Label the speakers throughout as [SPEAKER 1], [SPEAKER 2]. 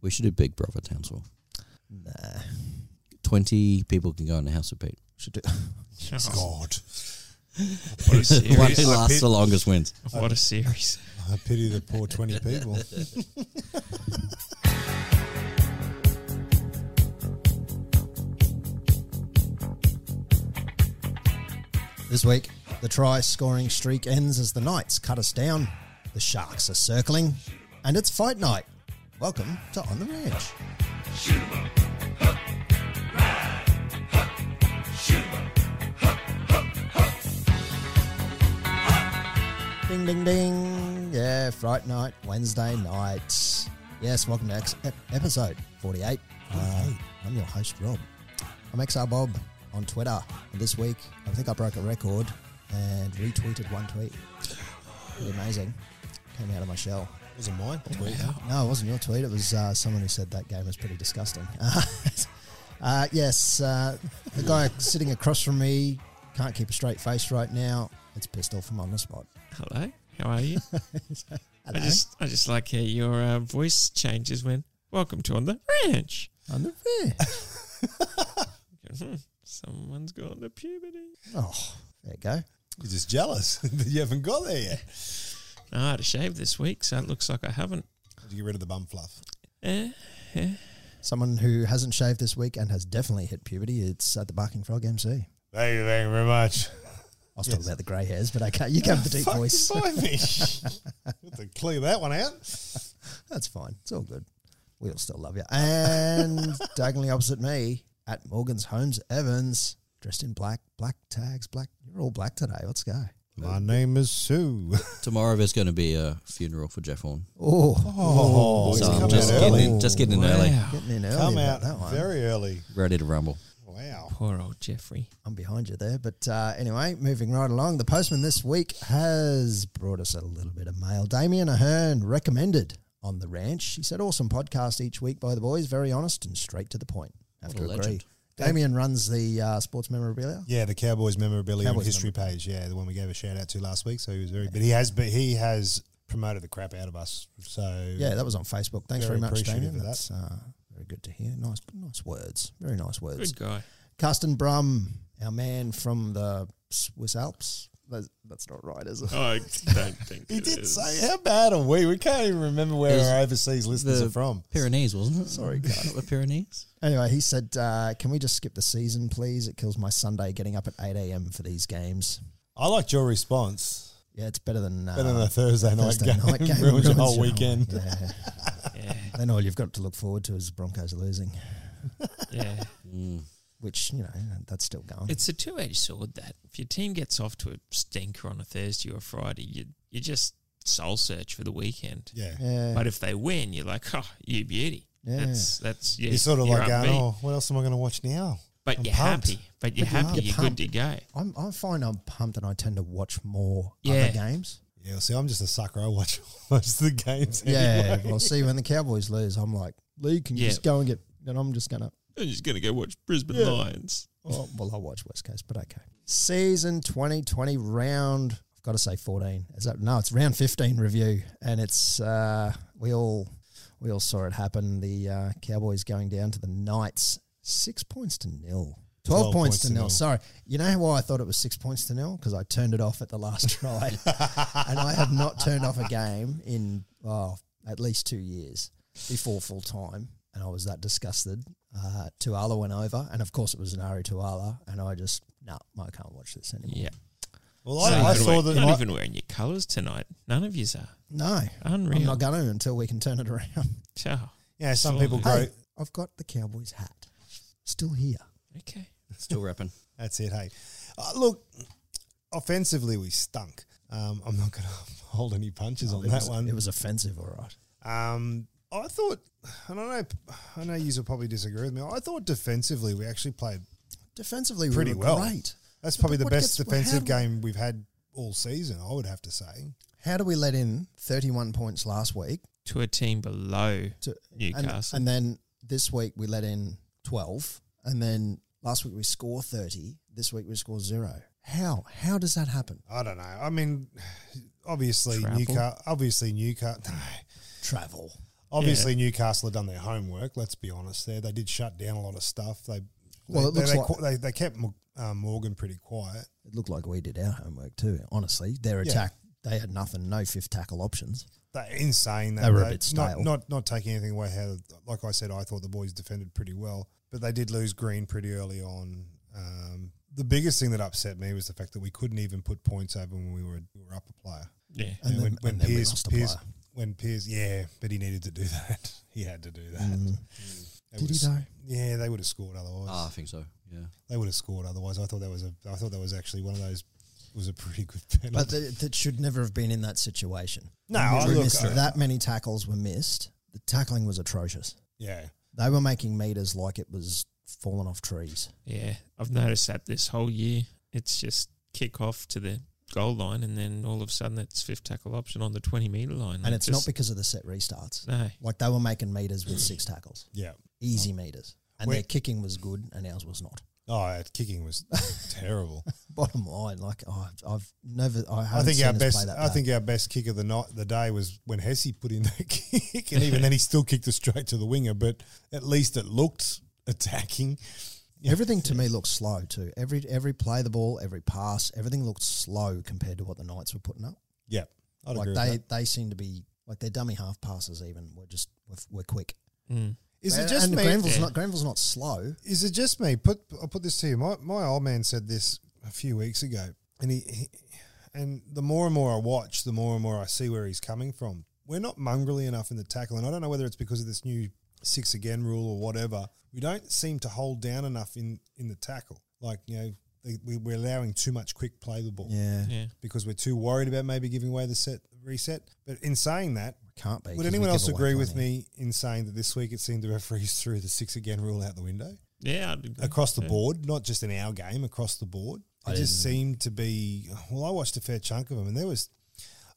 [SPEAKER 1] We should do Big Brother Townsville.
[SPEAKER 2] Nah.
[SPEAKER 1] Twenty people can go in the House of Pete.
[SPEAKER 2] Should do.
[SPEAKER 3] God,
[SPEAKER 4] What a
[SPEAKER 1] The one who
[SPEAKER 4] series.
[SPEAKER 1] lasts the longest wins.
[SPEAKER 4] what a series.
[SPEAKER 3] I pity the poor twenty people.
[SPEAKER 2] This week, the try scoring streak ends as the Knights cut us down, the Sharks are circling, and it's fight night. Welcome to On the Ranch. Ding, ding, ding. Yeah, Fright Night, Wednesday night. Yes, welcome to ex- ep- episode 48. Uh, I'm your host, Rob. I'm XR Bob on Twitter. And this week, I think I broke a record and retweeted one tweet. Pretty amazing. Came out of my shell.
[SPEAKER 3] Was it my tweet? huh?
[SPEAKER 2] No, it wasn't your tweet. It was uh, someone who said that game was pretty disgusting. uh, yes, uh, the guy sitting across from me can't keep a straight face right now. It's pissed off from on the spot.
[SPEAKER 4] Hello. How are you? I
[SPEAKER 2] Hello.
[SPEAKER 4] just I just like how your uh, voice changes when welcome to on the ranch.
[SPEAKER 2] on the fair.
[SPEAKER 4] Hmm, Someone's gone to puberty.
[SPEAKER 2] Oh, there you go.
[SPEAKER 3] You're just jealous that you haven't got there yet.
[SPEAKER 4] No, I had a shave this week, so it looks like I haven't.
[SPEAKER 3] Did you get rid of the bum fluff?
[SPEAKER 4] Eh, eh.
[SPEAKER 2] Someone who hasn't shaved this week and has definitely hit puberty, it's at the Barking Frog MC.
[SPEAKER 3] Thank you, thank you very much.
[SPEAKER 2] I was talking about the grey hairs, but okay, you go with the deep
[SPEAKER 3] Fuck
[SPEAKER 2] voice.
[SPEAKER 3] by me. Have to clear that one out.
[SPEAKER 2] That's fine. It's all good. We'll still love you. And diagonally opposite me at Morgan's Homes Evans, dressed in black, black tags, black. You're all black today. Let's go.
[SPEAKER 3] My name is Sue.
[SPEAKER 1] Tomorrow there's going to be a funeral for Jeff Horn.
[SPEAKER 2] Oh,
[SPEAKER 3] Oh,
[SPEAKER 1] So
[SPEAKER 3] come
[SPEAKER 1] I'm
[SPEAKER 3] out
[SPEAKER 1] just
[SPEAKER 3] early.
[SPEAKER 1] getting in, just getting in early,
[SPEAKER 2] getting in early.
[SPEAKER 3] Oh, Come
[SPEAKER 2] about
[SPEAKER 3] out
[SPEAKER 2] that one.
[SPEAKER 3] very early.
[SPEAKER 1] ready to rumble.
[SPEAKER 3] Wow.
[SPEAKER 4] Poor old Jeffrey.
[SPEAKER 2] I'm behind you there. But uh, anyway, moving right along, the postman this week has brought us a little bit of mail. Damien Ahern recommended on the ranch. He said, awesome podcast each week by the boys, very honest and straight to the point. Have
[SPEAKER 1] What
[SPEAKER 2] to
[SPEAKER 1] a
[SPEAKER 2] agree.
[SPEAKER 1] legend.
[SPEAKER 2] Damien runs the uh, sports memorabilia.
[SPEAKER 3] Yeah, the Cowboys memorabilia and
[SPEAKER 2] Cowboys
[SPEAKER 3] history page. Yeah, the one we gave a shout out to last week. So he was very, but he has, but he has promoted the crap out of us. So
[SPEAKER 2] Yeah, that was on Facebook. Thanks very,
[SPEAKER 3] Very
[SPEAKER 2] much,
[SPEAKER 3] appreciative
[SPEAKER 2] Damien.
[SPEAKER 3] of that.
[SPEAKER 2] That's uh, very good to hear. Nice, nice words. Very nice words.
[SPEAKER 4] Good guy.
[SPEAKER 2] Carsten Brum, our man from the Swiss Alps. That's, that's not right, is it?
[SPEAKER 4] I don't think
[SPEAKER 3] he did say, "How bad are we? We can't even remember where
[SPEAKER 1] Is
[SPEAKER 3] our overseas listeners
[SPEAKER 1] the
[SPEAKER 3] are from."
[SPEAKER 1] Pyrenees, wasn't it? Sorry, God. the Pyrenees.
[SPEAKER 2] Anyway, he said, uh, "Can we just skip the season, please? It kills my Sunday getting up at eight a.m. for these games.
[SPEAKER 3] I liked your response.
[SPEAKER 2] Yeah, it's better than uh,
[SPEAKER 3] Better than a Thursday night
[SPEAKER 2] Thursday
[SPEAKER 3] game.
[SPEAKER 2] night game.
[SPEAKER 3] Ruins your
[SPEAKER 2] Ruins
[SPEAKER 3] whole
[SPEAKER 2] your
[SPEAKER 3] weekend.
[SPEAKER 2] Yeah.
[SPEAKER 4] Yeah,
[SPEAKER 2] then all you've got to look forward to is Broncos losing,
[SPEAKER 4] yeah.
[SPEAKER 1] Mm.
[SPEAKER 2] which you know that's still going.
[SPEAKER 4] It's a two-edged sword. That if your team gets off to a stinker on a Thursday or a Friday, you you just soul search for the weekend.
[SPEAKER 3] Yeah.
[SPEAKER 2] yeah,
[SPEAKER 4] But if they win, you're like, oh, you beauty.
[SPEAKER 2] Yeah.
[SPEAKER 4] That's that's yeah.
[SPEAKER 3] You're sort of
[SPEAKER 4] you're
[SPEAKER 3] like
[SPEAKER 4] upbeat.
[SPEAKER 3] going, "Oh, what else am I going to watch now?"
[SPEAKER 4] but
[SPEAKER 3] I'm
[SPEAKER 4] you're
[SPEAKER 3] pumped.
[SPEAKER 4] happy. But you're
[SPEAKER 2] But you're
[SPEAKER 4] happy. You're, good
[SPEAKER 2] pumped.
[SPEAKER 4] to go.
[SPEAKER 2] I'm, I find I'm pumped, and I tend to watch more
[SPEAKER 4] Yeah.
[SPEAKER 2] other games.
[SPEAKER 3] Yeah, well, see, I'm just a sucker. I watch most of the games.
[SPEAKER 2] Yeah,
[SPEAKER 3] anyway.
[SPEAKER 2] well, see, when the Cowboys lose, I'm like, Lee, can you
[SPEAKER 4] Yeah.
[SPEAKER 2] just go and get? And I'm just gonna.
[SPEAKER 4] I'm just gonna go watch Brisbane
[SPEAKER 2] Yeah.
[SPEAKER 4] Lions.
[SPEAKER 2] Oh, well, I'll watch West Coast, but okay. Season 2020 round. I've got to say 14. Is that no? It's round 15 review, and it's uh, we all we all saw it happen. The uh, Cowboys going down to the Knights, six points to nil. 12, points, to, nil. Sorry. You know why I thought it was six points to nil? Because I turned it off at the last try. and I have not turned off a game in oh, at least two years before full time. And I was that disgusted. Uh, Tuala went over. And of course, it was Nari Tuala. And I just, no, I can't watch this anymore.
[SPEAKER 4] Yeah.
[SPEAKER 3] Well,
[SPEAKER 4] So
[SPEAKER 3] I, I
[SPEAKER 4] you're
[SPEAKER 3] saw
[SPEAKER 4] not-
[SPEAKER 3] that.
[SPEAKER 4] You're not
[SPEAKER 3] I-
[SPEAKER 4] even wearing your colours tonight. None of yous are.
[SPEAKER 2] No,
[SPEAKER 4] Unreal.
[SPEAKER 2] I'm not going to until we can turn it around.
[SPEAKER 4] Ciao.
[SPEAKER 3] yeah, some
[SPEAKER 4] Sorry.
[SPEAKER 3] people grow.
[SPEAKER 2] Hey, I've got the Cowboys hat still here.
[SPEAKER 4] Okay.
[SPEAKER 1] Still repping.
[SPEAKER 3] That's it. Hey, uh, look, offensively we stunk. Um, I'm not going to hold any punches on
[SPEAKER 2] Oh, it
[SPEAKER 3] that
[SPEAKER 2] was,
[SPEAKER 3] one.
[SPEAKER 2] It was offensive, all right.
[SPEAKER 3] um, I thought, and I know, I know, you will probably disagree with me. I thought defensively we actually played.
[SPEAKER 2] Defensively, we
[SPEAKER 3] Pretty
[SPEAKER 2] were
[SPEAKER 3] well.
[SPEAKER 2] great.
[SPEAKER 3] That's probably the
[SPEAKER 2] what
[SPEAKER 3] best
[SPEAKER 2] gets-
[SPEAKER 3] defensive
[SPEAKER 2] how-
[SPEAKER 3] game we've had all season. I would have to say.
[SPEAKER 2] How do we let in 31 points last week?
[SPEAKER 4] To a team below
[SPEAKER 2] To,
[SPEAKER 4] Newcastle.
[SPEAKER 2] And, and then this week we let in 12. And then last week we score 30. This week we score zero. How? How does that happen?
[SPEAKER 3] I don't know. I mean, obviously
[SPEAKER 4] Travel?
[SPEAKER 3] Newcastle. Obviously Newcastle.
[SPEAKER 2] Travel.
[SPEAKER 3] Obviously, Newcastle had done their homework. Let's be honest. There, they did shut down a lot of stuff. They,
[SPEAKER 2] Well, it
[SPEAKER 3] they,
[SPEAKER 2] looks
[SPEAKER 3] they,
[SPEAKER 2] like-
[SPEAKER 3] qu- they, they kept Mo- um, Morgan pretty quiet.
[SPEAKER 2] It looked like we did our homework too. Honestly, their
[SPEAKER 3] Yeah.
[SPEAKER 2] attack they had nothing, no fifth tackle options.
[SPEAKER 3] They're insane.
[SPEAKER 2] They were a bit stale.
[SPEAKER 3] Not, not not taking anything away. How, like I said, I thought the boys defended pretty well, but they did lose Green pretty early on. Um, the biggest thing that upset me was the fact that we couldn't even put points over when we were we were up a player.
[SPEAKER 4] Yeah.
[SPEAKER 2] And
[SPEAKER 3] And
[SPEAKER 2] then-
[SPEAKER 3] when, when
[SPEAKER 2] and then we
[SPEAKER 3] Piers,
[SPEAKER 2] lost a
[SPEAKER 3] Piers,
[SPEAKER 2] player.
[SPEAKER 3] when Piers, yeah, but he needed to do that. he had to do that.
[SPEAKER 2] Mm.
[SPEAKER 3] They
[SPEAKER 2] Did
[SPEAKER 3] would've
[SPEAKER 2] he
[SPEAKER 3] s-
[SPEAKER 2] though?
[SPEAKER 3] Yeah, they would have scored otherwise.
[SPEAKER 1] Ah, I think so. Yeah.
[SPEAKER 3] They would have scored otherwise. I thought that was a. I thought that was actually one of those. Was a pretty good penalty.
[SPEAKER 2] But that, that should never have been in that situation.
[SPEAKER 3] no,
[SPEAKER 2] We
[SPEAKER 3] I
[SPEAKER 2] missed-
[SPEAKER 3] look, uh, I-
[SPEAKER 2] that many tackles were missed. The tackling was atrocious.
[SPEAKER 3] yeah,
[SPEAKER 2] They were making meters like it was falling off trees.
[SPEAKER 4] Yeah. I've noticed that this whole year. It's just kick off to the goal line and then all of a sudden it's fifth tackle option on the 20 metre
[SPEAKER 3] Mm.
[SPEAKER 4] line.
[SPEAKER 2] And it's not
[SPEAKER 4] just-
[SPEAKER 2] because of the set restarts.
[SPEAKER 4] No.
[SPEAKER 2] Like they were making meters with six tackles,
[SPEAKER 3] yeah.
[SPEAKER 2] easy meters. And
[SPEAKER 3] Wait.
[SPEAKER 2] their kicking was good and ours was not.
[SPEAKER 3] Oh, that kicking was terrible.
[SPEAKER 2] Bottom line, like oh, I've never, I
[SPEAKER 3] I
[SPEAKER 2] haven't
[SPEAKER 3] think
[SPEAKER 2] seen
[SPEAKER 3] our
[SPEAKER 2] us play
[SPEAKER 3] best.
[SPEAKER 2] that
[SPEAKER 3] I
[SPEAKER 2] bad.
[SPEAKER 3] think our best kick of the night, the day was when Hesse put in that kick, and even then he still kicked it straight to the winger. But at least it looked attacking.
[SPEAKER 2] Everything to me looked slow too. Every every play of the ball, every pass, everything looked slow compared to what the Knights were putting up.
[SPEAKER 3] Yeah, I'd
[SPEAKER 2] like
[SPEAKER 3] agree.
[SPEAKER 2] they
[SPEAKER 3] with
[SPEAKER 2] they seem to be like their dummy half passes even were just were, were quick.
[SPEAKER 4] Mm.
[SPEAKER 3] that. Is it
[SPEAKER 2] And-
[SPEAKER 3] just
[SPEAKER 2] and
[SPEAKER 3] me?
[SPEAKER 2] Granville's
[SPEAKER 4] Yeah.
[SPEAKER 2] not Granville's not slow.
[SPEAKER 3] Is it just me? Put I'll put this to you. My my old man said this a few weeks ago, and he, he and the more and more I watch, the more and more I see where he's coming from. We're not mongrelly enough in the tackle, and I don't know whether it's because of this new six again rule or whatever. We don't seem to hold down enough in in the tackle. Like you know, they- we, we're allowing too much quick play the ball
[SPEAKER 2] Yeah,
[SPEAKER 4] Yeah.
[SPEAKER 3] because we're too worried about maybe giving away the set reset. But in saying that,
[SPEAKER 2] can't be. 'cause
[SPEAKER 3] would
[SPEAKER 2] we
[SPEAKER 3] anyone
[SPEAKER 2] give
[SPEAKER 3] else
[SPEAKER 2] away
[SPEAKER 3] agree with
[SPEAKER 2] plenty.
[SPEAKER 3] me in saying that this week it seemed the referees threw the six again rule out the window?
[SPEAKER 4] Yeah. I'd agree.
[SPEAKER 3] Mm. across the
[SPEAKER 4] Yeah.
[SPEAKER 3] board, not just in our game, across the board. It
[SPEAKER 2] I
[SPEAKER 3] just
[SPEAKER 2] didn't-
[SPEAKER 3] seemed to be. Well, I watched a fair chunk of them, and there was.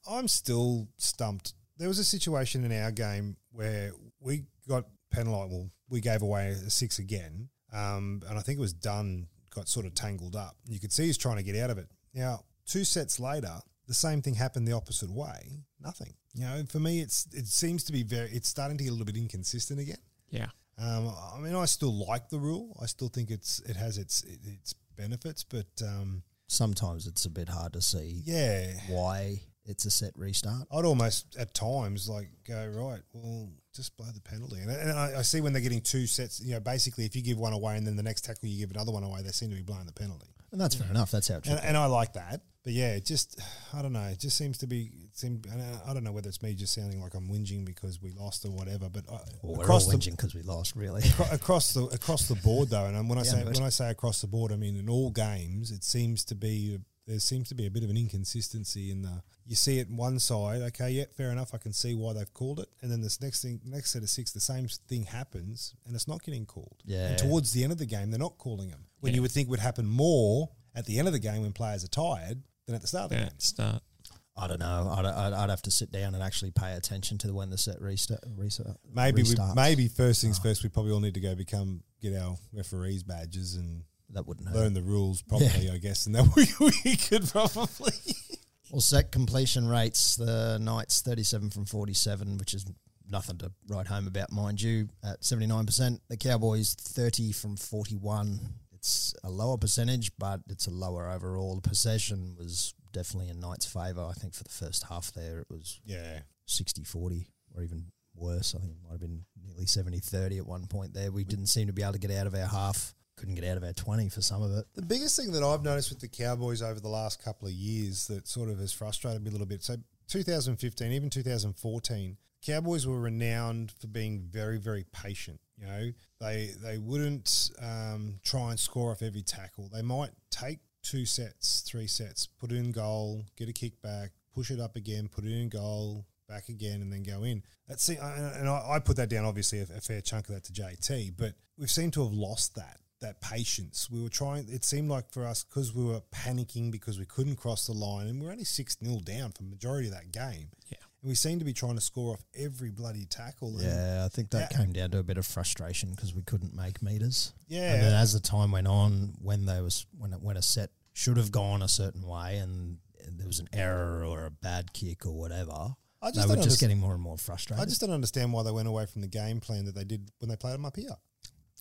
[SPEAKER 3] I'm still stumped. There was a situation in our game where we got penalised. Well, we gave away a six again, um, and I think it was Dunn got sort of tangled up. You could see he's trying to get out of it. Now, two sets later, the same thing happened the opposite way. Nothing. You know, for me, it's it seems to be very. It's starting to get a little bit inconsistent again.
[SPEAKER 4] Yeah.
[SPEAKER 3] Um, I mean, I still like the rule. I still think it's it has its it, its benefits, but um,
[SPEAKER 2] Sometimes it's a bit hard to see
[SPEAKER 3] yeah,
[SPEAKER 2] why it's a set restart.
[SPEAKER 3] I'd almost at times like go right. Well, just blow the penalty, and, and I, I see when they're getting two sets. You know, basically, if you give one away and then the next tackle you give another one away, they seem to be blowing the penalty,
[SPEAKER 2] And that's fair enough. That's how it should
[SPEAKER 3] and, and I like that. But yeah, it just I don't know. It just seems to be. It seemed, and I- I don't know whether it's me just sounding like I'm whinging because we lost or whatever. But I,
[SPEAKER 2] Well, we're all
[SPEAKER 3] across the
[SPEAKER 2] whinging because we lost, really.
[SPEAKER 3] Acro- across the across the board though, and when I
[SPEAKER 2] Yeah,
[SPEAKER 3] say
[SPEAKER 2] but-
[SPEAKER 3] when I say across the board, I mean in all games. It seems to be there seems to be a bit of an inconsistency in the. You see it one side, okay, yeah, fair enough. I can see why they've called it, and then this next thing, next set of six, the same thing happens, and it's not getting called.
[SPEAKER 2] Yeah.
[SPEAKER 3] And towards the end of the game, they're not calling them when you
[SPEAKER 4] Yeah.
[SPEAKER 3] would think would happen more at the end of the game when players are tired than at the start of the
[SPEAKER 4] Yeah.
[SPEAKER 3] game.
[SPEAKER 4] Start.
[SPEAKER 2] I don't know. I'd, I'd, I'd have to sit down and actually pay attention to when the set restart. restart
[SPEAKER 3] Maybe we,
[SPEAKER 2] restarts. Oh.
[SPEAKER 3] maybe first things first, we probably all need to go become get our referees badges and
[SPEAKER 2] that wouldn't hurt.
[SPEAKER 3] learn the rules properly, I guess, and then we, we could probably.
[SPEAKER 2] Well, set completion rates, the Knights 37 from 47, which is nothing to write home about, mind you, at 79%. The Cowboys 30 from 41. It's a lower percentage, but it's a lower overall. The possession was definitely in Knights' favour. I think for the first half there, it was
[SPEAKER 3] Yeah,
[SPEAKER 2] 60 40 or even worse. I think it might have been nearly 70 30 at one point there. We didn't seem to be able to get out of our half, couldn't get out of our 20 for some of it.
[SPEAKER 3] the biggest thing that I've noticed with the Cowboys over the last couple of years that sort of has frustrated me a little bit. So, 2015, even 2014, Cowboys were renowned for being very, very patient. You know, they they wouldn't um, try and score off every tackle. They might take two sets, three sets, put it in goal, get a kick back, push it up again, put it in goal, back again and then go in. That's see, I- and I, I put that down obviously a, a fair chunk of that to JT, but we've seemed to have lost that that patience. We were trying. It seemed like for us because we were panicking because we couldn't cross the line, and we're only six 0 down for the majority of that game.
[SPEAKER 4] Yeah.
[SPEAKER 3] and we seem to be trying to score off every bloody tackle. and-
[SPEAKER 2] Yeah, I think that
[SPEAKER 3] Yeah.
[SPEAKER 2] came down to a bit of frustration because we couldn't make meters. And then
[SPEAKER 3] yeah.
[SPEAKER 2] as the time went on, when there was when it, when a set should have gone a certain way, and there was an error or a bad kick or whatever,
[SPEAKER 3] I just
[SPEAKER 2] They
[SPEAKER 3] don't
[SPEAKER 2] were just
[SPEAKER 3] understand-
[SPEAKER 2] getting more and more frustrated.
[SPEAKER 3] I just don't understand why they went away from the game plan that they did when they played them up here.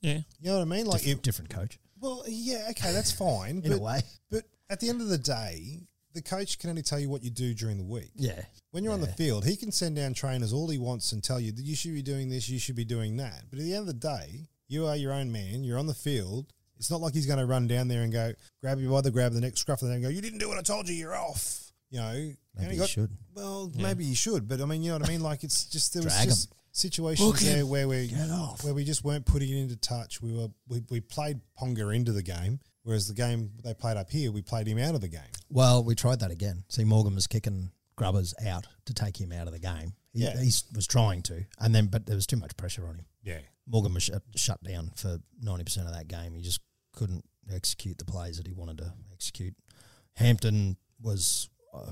[SPEAKER 4] Yeah.
[SPEAKER 3] You know what I mean? Like,
[SPEAKER 2] different,
[SPEAKER 3] it,
[SPEAKER 2] different coach
[SPEAKER 3] well, yeah, okay, that's fine.
[SPEAKER 2] in a
[SPEAKER 3] but,
[SPEAKER 2] way.
[SPEAKER 3] but at the end of the day, the coach can only tell you what you do during the week.
[SPEAKER 2] Yeah,
[SPEAKER 3] When you're on the
[SPEAKER 2] Yeah.
[SPEAKER 3] field, he can send down trainers all he wants and tell you that you should be doing this, you should be doing that. But at the end of the day, you are your own man. You're on the field. It's not like he's going to run down there and go grab you by the grab, the next scruff, and then go, "You didn't do what I told you. You're off." You know, you
[SPEAKER 2] maybe
[SPEAKER 3] only
[SPEAKER 2] you
[SPEAKER 3] got-
[SPEAKER 2] should.
[SPEAKER 3] Well,
[SPEAKER 4] Yeah.
[SPEAKER 3] maybe you should, but I mean, you know what I mean. Like it's just there was
[SPEAKER 2] Drag
[SPEAKER 3] just situations
[SPEAKER 4] Book him.
[SPEAKER 3] there where we
[SPEAKER 2] Get off.
[SPEAKER 3] where we just weren't putting it into touch. We were we, we played Ponga into the game, whereas the game they played up here, we played him out of the game.
[SPEAKER 2] Well, we tried that again. See, Morgan was kicking Grubbers out to take him out of the game. He,
[SPEAKER 3] Yeah.
[SPEAKER 2] he s- was trying to, and then but there was too much pressure on him.
[SPEAKER 3] Yeah,
[SPEAKER 2] Morgan was shut, shut down for ninety percent of that game. He just couldn't execute the plays that he wanted to execute. Hampton was, uh,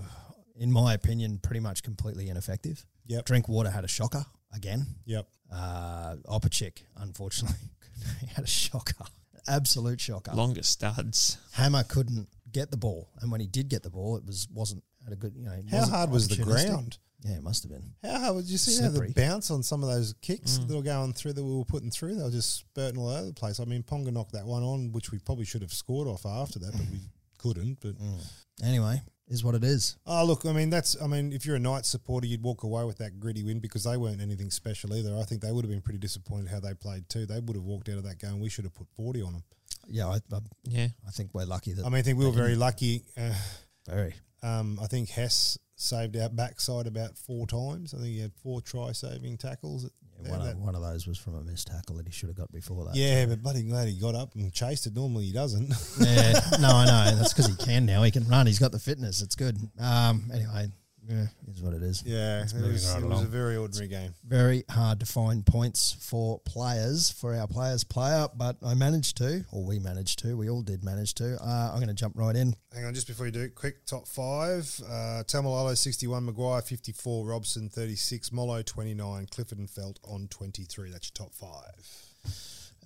[SPEAKER 2] in my opinion, pretty much completely ineffective.
[SPEAKER 3] Yep.
[SPEAKER 2] Drinkwater had a shocker again.
[SPEAKER 3] yep.
[SPEAKER 2] Uh, Opachik, unfortunately, he had a shocker, absolute shocker.
[SPEAKER 4] Longer studs.
[SPEAKER 2] Hammer couldn't get the ball, and when he did get the ball, it was wasn't at a good. You know, it
[SPEAKER 3] How
[SPEAKER 2] wasn't
[SPEAKER 3] hard was the
[SPEAKER 2] opportunistic.
[SPEAKER 3] ground?
[SPEAKER 2] Yeah, it must have been.
[SPEAKER 3] How hard would you see how the
[SPEAKER 2] Slippery.
[SPEAKER 3] bounce on some of those kicks that were going through that we were putting through? They were just spurting all over the place. I mean, Ponga knocked that one on, which we probably should have scored off after that, but we couldn't. But
[SPEAKER 2] Mm. Anyway, is what it is.
[SPEAKER 3] oh, look, I mean, that's I mean, if you're a Knights supporter, you'd walk away with that gritty win because they weren't anything special either. I think they would have been pretty disappointed how they played too. They would have walked out of that game. We should have put forty on them.
[SPEAKER 2] Yeah, I, I,
[SPEAKER 4] Yeah.
[SPEAKER 2] I think we're lucky that
[SPEAKER 3] I mean, I think we were very lucky. Uh,
[SPEAKER 2] very
[SPEAKER 3] um, I think Hess saved our backside about four times. I think he had four try-saving tackles.
[SPEAKER 2] Yeah, one,
[SPEAKER 3] That-
[SPEAKER 2] of, one of those was from a missed tackle that he should have got before that.
[SPEAKER 3] Yeah, but uh, bloody glad he got up and chased it. Normally he doesn't.
[SPEAKER 2] Yeah, no, I know. That's because he can now. He can run. He's got the fitness. It's good. Um, anyway, yeah, is what it is.
[SPEAKER 3] yeah, it
[SPEAKER 2] moving
[SPEAKER 3] was,
[SPEAKER 2] right
[SPEAKER 3] it was
[SPEAKER 2] along.
[SPEAKER 3] a very ordinary game.
[SPEAKER 2] Very hard to find points for players for our players player, but I managed to, or we managed to. We all did manage to. Uh, I'm going to jump right in.
[SPEAKER 3] Hang on, just before you do, quick top five. Uh, Tamalolo 61, Maguire 54, Robson 36, Mollo 29, Clifford and Felt on 23. That's your top five.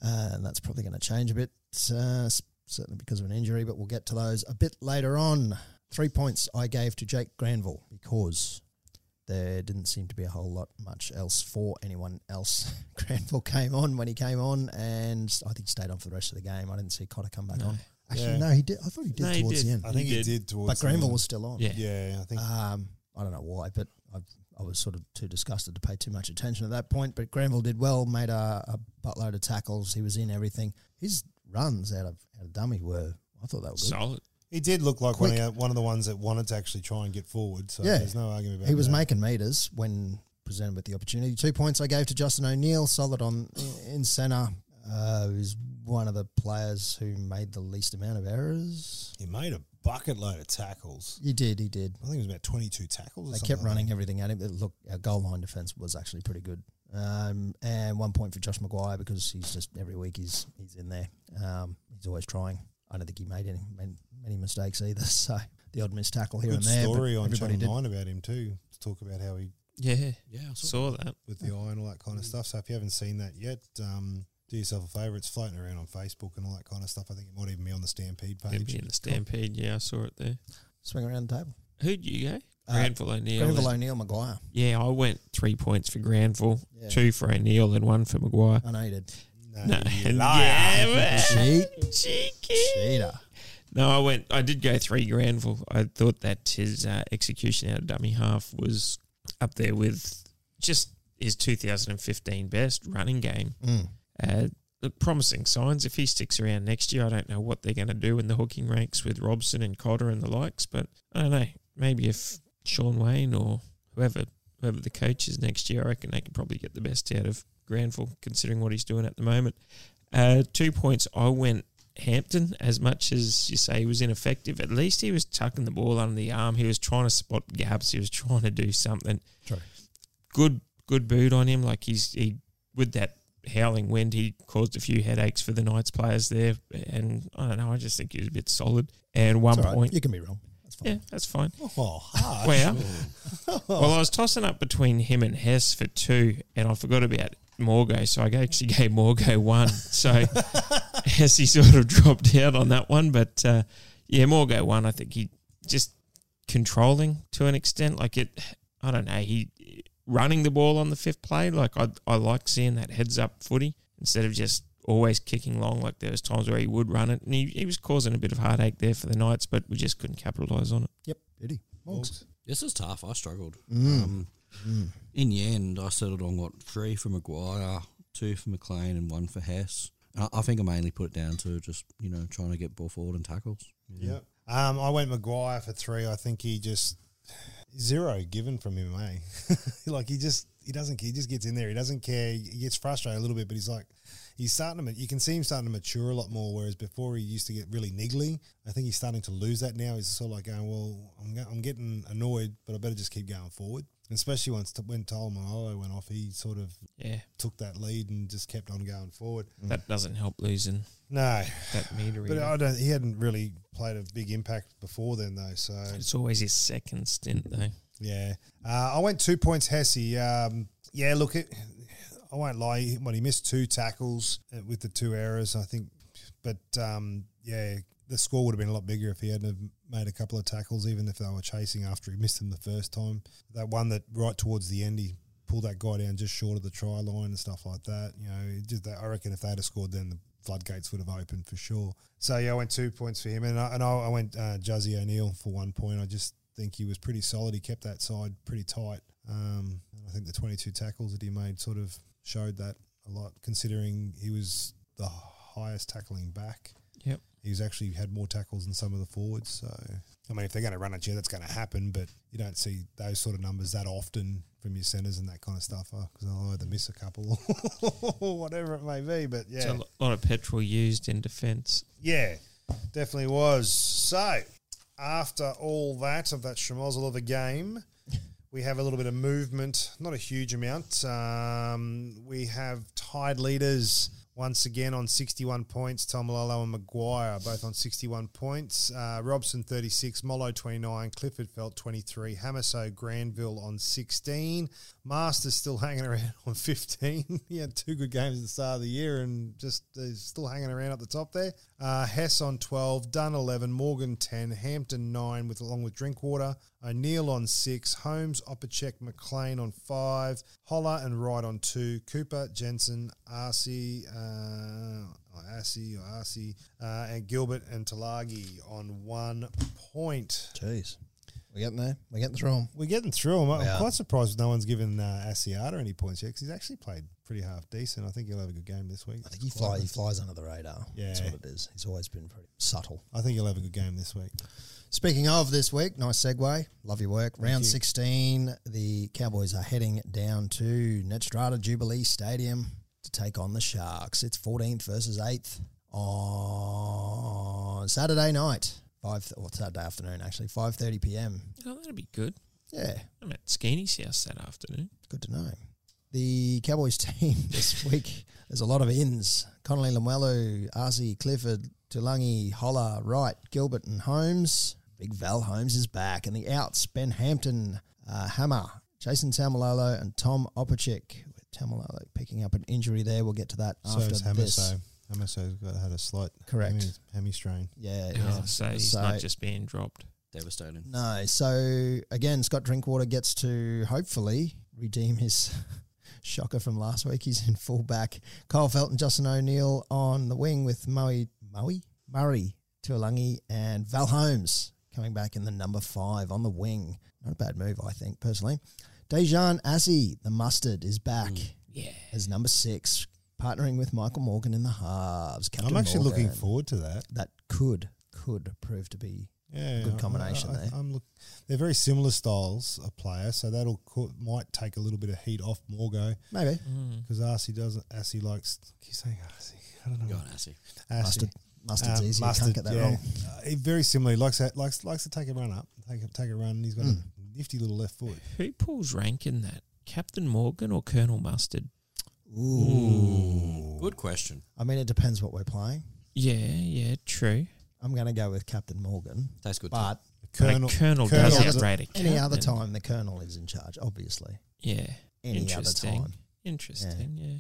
[SPEAKER 2] Uh, and that's probably going to change a bit, uh, s- certainly because of an injury, but we'll get to those a bit later on. Three points I gave to Jake Granville because there didn't seem to be a whole lot much else for anyone else. Granville came on when he came on, and I think he stayed on for the rest of the game. I didn't see Cotter come back
[SPEAKER 4] No.
[SPEAKER 2] on. Actually,
[SPEAKER 3] Yeah.
[SPEAKER 2] no, he did. I thought he did
[SPEAKER 4] No, he
[SPEAKER 2] towards
[SPEAKER 4] did.
[SPEAKER 2] the end.
[SPEAKER 3] I think um, he,
[SPEAKER 4] He
[SPEAKER 3] did.
[SPEAKER 4] did.
[SPEAKER 3] towards
[SPEAKER 2] But
[SPEAKER 3] the
[SPEAKER 2] Granville
[SPEAKER 3] end.
[SPEAKER 2] was still on.
[SPEAKER 4] Yeah.
[SPEAKER 3] Yeah, Uh, I think.
[SPEAKER 2] Um, I don't know why, but I, I was sort of too disgusted to pay too much attention at that point. But Granville did well, made a, a buttload of tackles. He was in everything. His runs out of out of dummy were, I thought they were good.
[SPEAKER 4] Solid.
[SPEAKER 3] he did look like one of,
[SPEAKER 2] Quick.
[SPEAKER 3] the, one of the ones that wanted to actually try and get forward. So
[SPEAKER 2] Yeah.
[SPEAKER 3] there's no argument about
[SPEAKER 2] he was
[SPEAKER 3] that.
[SPEAKER 2] making meters when presented with the opportunity. Two points I gave to Justin O'Neill, solid on in centre. Uh, he's one of the players who made the least amount of errors.
[SPEAKER 3] He made a bucket load of tackles.
[SPEAKER 2] He did, he did.
[SPEAKER 3] I think it was about 22 tackles. or
[SPEAKER 2] They
[SPEAKER 3] something
[SPEAKER 2] kept
[SPEAKER 3] like
[SPEAKER 2] running everything at him. But Look, our goal line defense was actually pretty good. Um, and one point for Josh Maguire because he's just every week he's he's in there. Um, he's always trying. I don't think he made any made many mistakes either. So the odd missed tackle here
[SPEAKER 3] Good
[SPEAKER 2] and there. but
[SPEAKER 3] story on
[SPEAKER 2] everybody
[SPEAKER 3] Channel
[SPEAKER 2] did.
[SPEAKER 3] 9 about him too, to talk about how he
[SPEAKER 4] Yeah.
[SPEAKER 1] Yeah, I
[SPEAKER 4] Saw that.
[SPEAKER 3] with the eye and all that kind of stuff. So if you haven't seen that yet, um, do yourself a favour. It's floating around on Facebook and all that kind of stuff. I think it might even be on the Stampede
[SPEAKER 4] It'd
[SPEAKER 3] page.
[SPEAKER 4] be in the stampede. Yeah, I saw it there.
[SPEAKER 2] Swing around the table.
[SPEAKER 4] Who'd you go?
[SPEAKER 2] Uh,
[SPEAKER 4] Granville O'Neill.
[SPEAKER 2] Granville O'Neill Maguire.
[SPEAKER 4] yeah, I went three points for Granville,
[SPEAKER 2] Yeah.
[SPEAKER 4] two for O'Neill, and one for Maguire.
[SPEAKER 2] I know you did.
[SPEAKER 4] No,
[SPEAKER 3] you
[SPEAKER 4] and
[SPEAKER 3] liar.
[SPEAKER 4] yeah, man.
[SPEAKER 2] Cheat.
[SPEAKER 4] Cheeky.
[SPEAKER 2] Cheater.
[SPEAKER 4] No, I went. I did go three Granville. I thought that his uh, execution out of dummy half was up there with just his 2015 best running game.
[SPEAKER 2] Mm.
[SPEAKER 4] Uh, look, promising signs. If he sticks around next year, I don't know what they're going to do in the hooking ranks with Robson and Cotter and the likes. But I don't know. Maybe if Sean Wayne or whoever whoever the coach is next year, I reckon they could probably get the best out of Granville, considering what he's doing at the moment. Uh, two points. I went Hampton. As much as you say he was ineffective, at least he was tucking the ball under the arm. He was trying to spot gaps. He was trying to do something.
[SPEAKER 2] True.
[SPEAKER 4] Good, good boot on him. Like he's he with that howling wind, he caused a few headaches for the Knights players there. And I don't know. I just think he was a bit solid. And one
[SPEAKER 2] It's all right.
[SPEAKER 4] point.
[SPEAKER 2] You can be wrong. That's fine.
[SPEAKER 4] Yeah, that's fine.
[SPEAKER 3] Oh, harsh.
[SPEAKER 4] Well, well, I was tossing up between him and Hess for two, and I forgot about Morgo, so I actually gave Morgo one. So Hesse sort of dropped out on that one, but uh, yeah, Morgo one. I think he just controlling to an extent. Like it, I don't know, he running the ball on the fifth play. Like I, I like seeing that heads up footy instead of just always kicking long. Like there was times where he would run it, and he, he was causing a bit of heartache there for the Knights, but we just couldn't capitalise on it.
[SPEAKER 2] Yep, beauty. Morgs.
[SPEAKER 1] This is tough. I struggled.
[SPEAKER 3] Hmm.
[SPEAKER 2] Mm.
[SPEAKER 1] Um,
[SPEAKER 2] Mm.
[SPEAKER 1] in the end, I settled on what three for Maguire, two for McLean, and one for Hess. And I, I think I mainly put it down to just you know trying to get ball forward and tackles.
[SPEAKER 3] Yeah. Um, I went Maguire for three. I think he just zero given from him, eh? like he just he doesn't he just gets in there. He doesn't care. He gets frustrated a little bit, but he's like he's starting to. ma- You can see him starting to mature a lot more. Whereas before he used to get really niggly. I think he's starting to lose that now. He's sort of like going, well, I'm go- I'm getting annoyed, but I better just keep going forward. And Especially once t- when Tolomaolo went off, he sort of
[SPEAKER 4] Yeah,
[SPEAKER 3] took that lead and just kept on going forward.
[SPEAKER 4] that doesn't help losing
[SPEAKER 3] No,
[SPEAKER 4] that meter.
[SPEAKER 3] but
[SPEAKER 4] either.
[SPEAKER 3] I don't. He hadn't really played a big impact before then, though. So
[SPEAKER 4] it's always his second stint though.
[SPEAKER 3] Yeah, uh, I went two points, Hesse. Um, yeah, look, it, I won't lie. he- Well, he missed two tackles uh, with the two errors, I think. But um, yeah, the score would have been a lot bigger if he hadn't have made a couple of tackles, even if they were chasing after he missed them the first time. That one that right towards the end, he pulled that guy down just short of the try line and stuff like that. You know, it just that, I reckon if they'd have scored, then the floodgates would have opened for sure. So yeah, I went two points for him, and I, and I, I went uh, Juzzy O'Neill for one point. I just think he was pretty solid. He kept that side pretty tight. Um, and I think the 22 tackles that he made sort of showed that a lot, considering he was the highest tackling back.
[SPEAKER 4] Yep.
[SPEAKER 3] He's actually had more tackles than some of the forwards. So, I mean, if they're going to run at you, that's going to happen, but you don't see those sort of numbers that often from your centres and that kind of stuff because they'll either miss a couple or whatever it may be. But yeah.
[SPEAKER 4] It's a lo- lot of petrol used in defence.
[SPEAKER 3] Yeah, definitely was. So, after all that of that schmozzle of a game, we have a little bit of movement, not a huge amount. Um, we have tied leaders once again on 61 points. Tomalolo and Maguire both on 61 points. Uh, Robson 36, Mollo 29, Clifford Felt 23, Hamaso Granville on 16. Masters still hanging around on 15. he had two good games at the start of the year and just is still hanging around at the top there. Uh, Hess on 12, Dunn 11, Morgan 10, Hampton 9, with along with Drinkwater, O'Neill on 6, Holmes, Opacek, McLean on 5, Holler and Wright on 2, Cooper, Jensen, Arcee, uh, or Arcee or Arcee, uh, and Gilbert and Talagi on 1 point.
[SPEAKER 2] Jeez. We're getting there. We're getting through 'em.
[SPEAKER 3] We're getting through him. I'm
[SPEAKER 2] Yeah.
[SPEAKER 3] quite surprised no one's given uh, Asiata any points yet because he's actually played pretty half decent. I think he'll have a good game this week.
[SPEAKER 2] I think he, fly, he flies under the radar. That's
[SPEAKER 3] Yeah.
[SPEAKER 2] what it is. He's always been pretty subtle.
[SPEAKER 3] I think he'll have a good game this week.
[SPEAKER 2] Speaking of this week, nice segue. Love your work. Round
[SPEAKER 3] you.
[SPEAKER 2] 16, the Cowboys are heading down to Netstrata Jubilee Stadium to take on the Sharks. It's 14th versus 8th on Saturday night, 5 or Saturday afternoon actually, 5:30 p.m.
[SPEAKER 4] Oh, that'd be good.
[SPEAKER 2] Yeah,
[SPEAKER 4] I'm at Skeeny's house that afternoon.
[SPEAKER 2] Good to know. The Cowboys team this week, there's a lot of ins. Connolly Lamelu, Arzi, Clifford, Tulangi, Holler, Wright, Gilbert, and Holmes. Big Val Holmes is back. And the outs, Ben Hampton, uh, Hammer, Jason Tamalolo, and Tom Opacek. Tamalolo picking up an injury there. We'll get to that
[SPEAKER 3] So
[SPEAKER 2] after
[SPEAKER 3] is
[SPEAKER 2] this.
[SPEAKER 3] Hamaso. Hamaso's got had a slight
[SPEAKER 2] Correct.
[SPEAKER 3] hemi, hemi strain.
[SPEAKER 2] Yeah, yeah.
[SPEAKER 4] Oh, so he's
[SPEAKER 2] So-
[SPEAKER 4] not just being dropped.
[SPEAKER 1] Devastating.
[SPEAKER 2] No. So again, Scott Drinkwater gets to hopefully redeem his shocker from last week. He's in fullback. Kyle Felton, Justin O'Neill on the wing with Maui Maui Murray Tuolangi and Val Holmes coming back in the number five on the wing. Not a bad move, I think personally. Dejan Azzi, the mustard, is back
[SPEAKER 3] Mm.
[SPEAKER 4] Yeah.
[SPEAKER 2] as number six, partnering with Michael Morgan in the halves. Captain
[SPEAKER 3] I'm actually looking
[SPEAKER 2] Morgan.
[SPEAKER 3] forward to that.
[SPEAKER 2] that could could prove to be
[SPEAKER 3] Yeah,
[SPEAKER 2] Good combination there.
[SPEAKER 3] I'm look, they're very similar styles of player, so that'll co- might take a little bit of heat off Morgo
[SPEAKER 2] maybe
[SPEAKER 4] Hmm.
[SPEAKER 3] because Arcee doesn't. Arcee likes. Keep saying Arcee. I don't
[SPEAKER 1] Go
[SPEAKER 3] know.
[SPEAKER 1] on, Assie.
[SPEAKER 3] Arcee.
[SPEAKER 2] mustard. Mustard's
[SPEAKER 3] Um,
[SPEAKER 2] easy.
[SPEAKER 3] mustard,
[SPEAKER 2] you can't get that
[SPEAKER 3] yeah.
[SPEAKER 2] wrong.
[SPEAKER 3] Uh, he very similarly likes that, likes likes to take a run up, take a, take a run. He's got
[SPEAKER 2] Hmm.
[SPEAKER 3] a nifty little left foot.
[SPEAKER 4] Who pulls rank in that? Captain Morgan or Colonel Mustard?
[SPEAKER 1] Good question.
[SPEAKER 2] I mean, it depends what we're playing.
[SPEAKER 4] Yeah, yeah, true.
[SPEAKER 2] I'm going to go with Captain Morgan,
[SPEAKER 1] Tastes good.
[SPEAKER 2] but
[SPEAKER 4] Colonel, Colonel, does
[SPEAKER 2] Colonel-
[SPEAKER 4] outrate a
[SPEAKER 2] any other
[SPEAKER 4] captain.
[SPEAKER 2] time the Colonel is in charge, obviously.
[SPEAKER 4] Yeah.
[SPEAKER 2] Any other
[SPEAKER 4] Interesting.
[SPEAKER 2] time.
[SPEAKER 4] Interesting, yeah.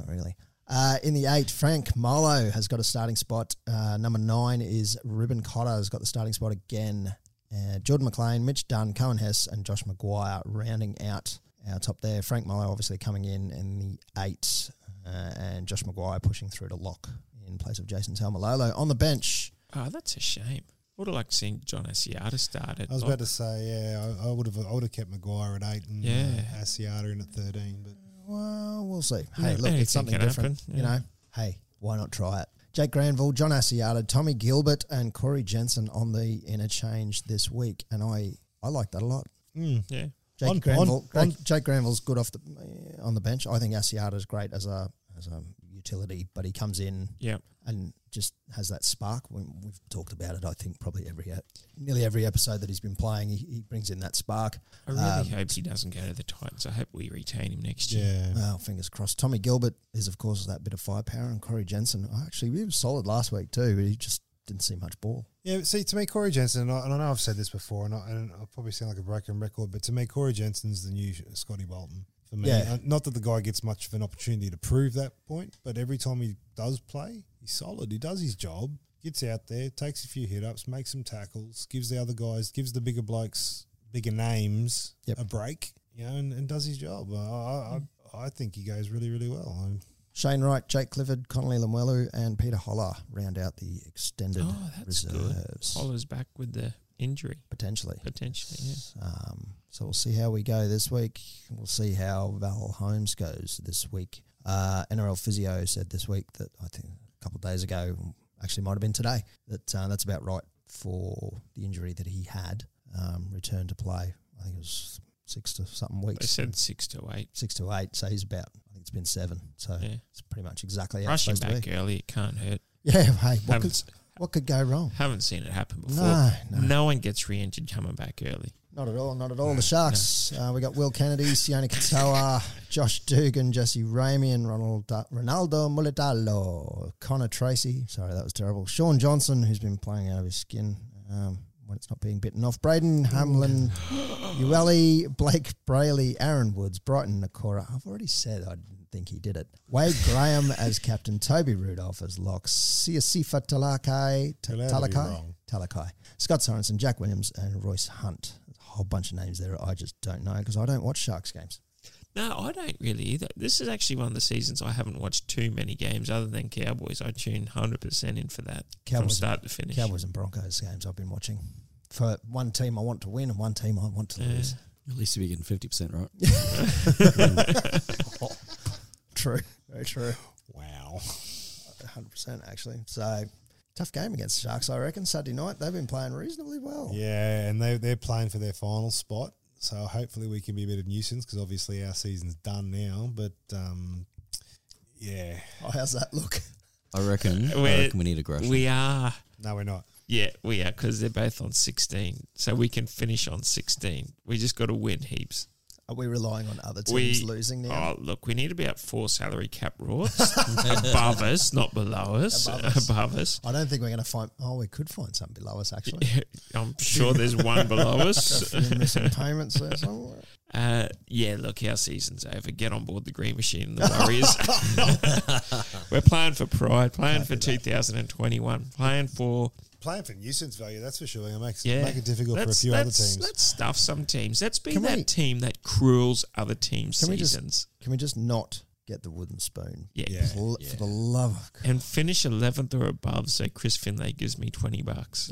[SPEAKER 2] Not really. Uh, in the eight, Frank Marlowe has got a starting spot. Uh, number nine is Ruben Cotter has got the starting spot again. Uh, Jordan McLean, Mitch Dunn, Cohen Hess, and Josh Maguire rounding out our top there. Frank Muller obviously coming in in the eight, uh, and Josh Maguire pushing through to lock in place of Jason Talmalolo on the bench.
[SPEAKER 4] Oh, that's a shame. Would have liked seeing John Asiata start at
[SPEAKER 3] I was
[SPEAKER 4] lock.
[SPEAKER 3] about to say, yeah, I, I would have, I would have kept Maguire at eight and
[SPEAKER 4] Yeah.
[SPEAKER 3] uh, Asiata in at thirteen, but
[SPEAKER 2] Well, we'll see. Hey,
[SPEAKER 4] Yeah,
[SPEAKER 2] look,
[SPEAKER 4] anything
[SPEAKER 2] it's something
[SPEAKER 4] can
[SPEAKER 2] different.
[SPEAKER 4] happen,
[SPEAKER 2] You
[SPEAKER 4] yeah.
[SPEAKER 2] know, hey, why not try it? Jake Granville, John Asiata, Tommy Gilbert, and Corey Jensen on the interchange this week, and I I like that a lot.
[SPEAKER 3] mm,
[SPEAKER 4] Yeah.
[SPEAKER 2] Jake
[SPEAKER 3] On-
[SPEAKER 2] Granville,
[SPEAKER 3] on- on-
[SPEAKER 2] Jake, Jake Granville's good off the eh, on the bench. I think Asiata is great as a as a utility, but he comes in
[SPEAKER 4] Yeah.
[SPEAKER 2] and just has that spark. We, we've talked about it, I think, probably every e- nearly every episode that he's been playing. He, he brings in that spark.
[SPEAKER 4] I really
[SPEAKER 2] Um,
[SPEAKER 4] hope he doesn't go to the Titans. I hope we retain him next year.
[SPEAKER 3] yeah,
[SPEAKER 2] Well, Uh, fingers crossed. Tommy Gilbert is, of course, that bit of firepower, and Corey Jensen. oh, Actually, he was solid last week too. But he just didn't see much ball.
[SPEAKER 3] yeah. but See, to me, Corey Jensen, and I, and I know I've said this before, and I, and I probably sound like a broken record, but to me, Corey Jensen's the new Scotty Bolton for me.
[SPEAKER 2] Yeah.
[SPEAKER 3] Uh, Not that the guy gets much of an opportunity to prove that point, but every time he does play, he's solid. He does his job, gets out there, takes a few hit ups, makes some tackles, gives the other guys, gives the bigger blokes, bigger names
[SPEAKER 2] Yep.
[SPEAKER 3] a break, you know, and, and does his job. I, I, I I think he goes really, really well. I'm,
[SPEAKER 2] Shane Wright, Jake Clifford, Connolly Lamwelu, and Peter Holler round out the uh, extended
[SPEAKER 4] Oh, that's good.
[SPEAKER 2] reserves
[SPEAKER 4] Holler's back with the injury,
[SPEAKER 2] potentially.
[SPEAKER 4] potentially. Yeah.
[SPEAKER 2] Um, so we'll see how we go this week. We'll see how Val Holmes goes this week. Uh, NRL physio said this week that I think a couple of days ago, actually might have been today, that uh, that's about right for the injury that he had. Um, return to play, I think it was six to something
[SPEAKER 4] They
[SPEAKER 2] weeks.
[SPEAKER 4] said six to eight.
[SPEAKER 2] six to eight. So he's about. I think it's been seven. So
[SPEAKER 4] Yeah.
[SPEAKER 2] it's pretty much exactly how it's
[SPEAKER 4] Rush him
[SPEAKER 2] supposed Uh, to
[SPEAKER 4] back
[SPEAKER 2] be.
[SPEAKER 4] early. It can't hurt.
[SPEAKER 2] Yeah. Hey, what could,
[SPEAKER 4] Haven't,
[SPEAKER 2] what could go wrong?
[SPEAKER 4] haven't seen it happen before.
[SPEAKER 2] No,
[SPEAKER 4] No,
[SPEAKER 2] no,
[SPEAKER 4] one gets re injured coming back early.
[SPEAKER 2] Not at all, not at all. The Sharks, uh, we got Will Kennedy, Sione Katoa, Josh Dugan, Jesse Ramian, Ronald, uh, Ronaldo Muletalo, Connor Tracy. Sorry, that was terrible. Sean Johnson, who's been playing out of his skin um, when it's not being bitten off. Braden Hamlin, Ueli, Blake Brayley, Aaron Woods, Brighton Nakora. I've already said I didn't think he did it. Wade Graham as captain, Toby Rudolph as lock, Siasifa Talakai,
[SPEAKER 3] Tell her to be
[SPEAKER 2] Talakai,
[SPEAKER 3] wrong.
[SPEAKER 2] Talakai, Scott Sorensen, Jack Williams, and Royce Hunt. There's a whole bunch of names there I just don't know because I don't watch Sharks games.
[SPEAKER 4] No, I don't really either. This is actually one of the seasons I haven't watched too many games other than Cowboys. I tune 100% in for that from
[SPEAKER 2] Cowboys,
[SPEAKER 4] start to finish.
[SPEAKER 2] Cowboys and Broncos games I've been watching. For one team I want to win and one team I want to
[SPEAKER 4] Yeah.
[SPEAKER 2] lose.
[SPEAKER 1] At least if you're getting fifty percent right.
[SPEAKER 2] True, very true.
[SPEAKER 3] wow.
[SPEAKER 2] 100% actually. So tough game against Sharks, I reckon. Saturday night, they've been playing reasonably well.
[SPEAKER 3] Yeah, and they they're playing for their final spot. So hopefully we can be a bit of nuisance because obviously our season's done now. But um, yeah,
[SPEAKER 2] Oh, how's that look?
[SPEAKER 1] I reckon. I
[SPEAKER 4] We're-
[SPEAKER 1] reckon we need aggression.
[SPEAKER 4] We are.
[SPEAKER 3] no, we're not.
[SPEAKER 4] Yeah, we are because they're both on 16. So we can finish on 16. We just got to win heaps.
[SPEAKER 2] Are we relying on other
[SPEAKER 4] We-
[SPEAKER 2] teams losing now?
[SPEAKER 4] Oh, look, we need about four salary cap rorts above us, not below us. Above
[SPEAKER 2] Above
[SPEAKER 4] us.
[SPEAKER 2] us. I don't think we're going to find. Oh, we could find some below us actually.
[SPEAKER 4] I'm sure there's one below us.
[SPEAKER 2] Got a few missing payments there somewhere.
[SPEAKER 4] Uh, yeah, look, our season's over. Get on board the Green Machine and the Warriors. We're playing for pride, playing for 2021, playing for
[SPEAKER 3] Playing for nuisance value, that's for sure. It makes
[SPEAKER 4] yeah.
[SPEAKER 3] make it difficult for a
[SPEAKER 4] Let's-
[SPEAKER 3] few other
[SPEAKER 4] let's-
[SPEAKER 3] teams.
[SPEAKER 4] Let's stuff some teams. Let's be
[SPEAKER 2] Can
[SPEAKER 4] that
[SPEAKER 2] we-
[SPEAKER 4] team that cruels other teams'
[SPEAKER 2] Can we just-
[SPEAKER 4] seasons.
[SPEAKER 2] Can we just not get the wooden spoon?
[SPEAKER 4] yeah.
[SPEAKER 3] Yeah.
[SPEAKER 2] For l- For the love of God.
[SPEAKER 4] And finish eleventh or above, so Chris Finlay gives me twenty bucks.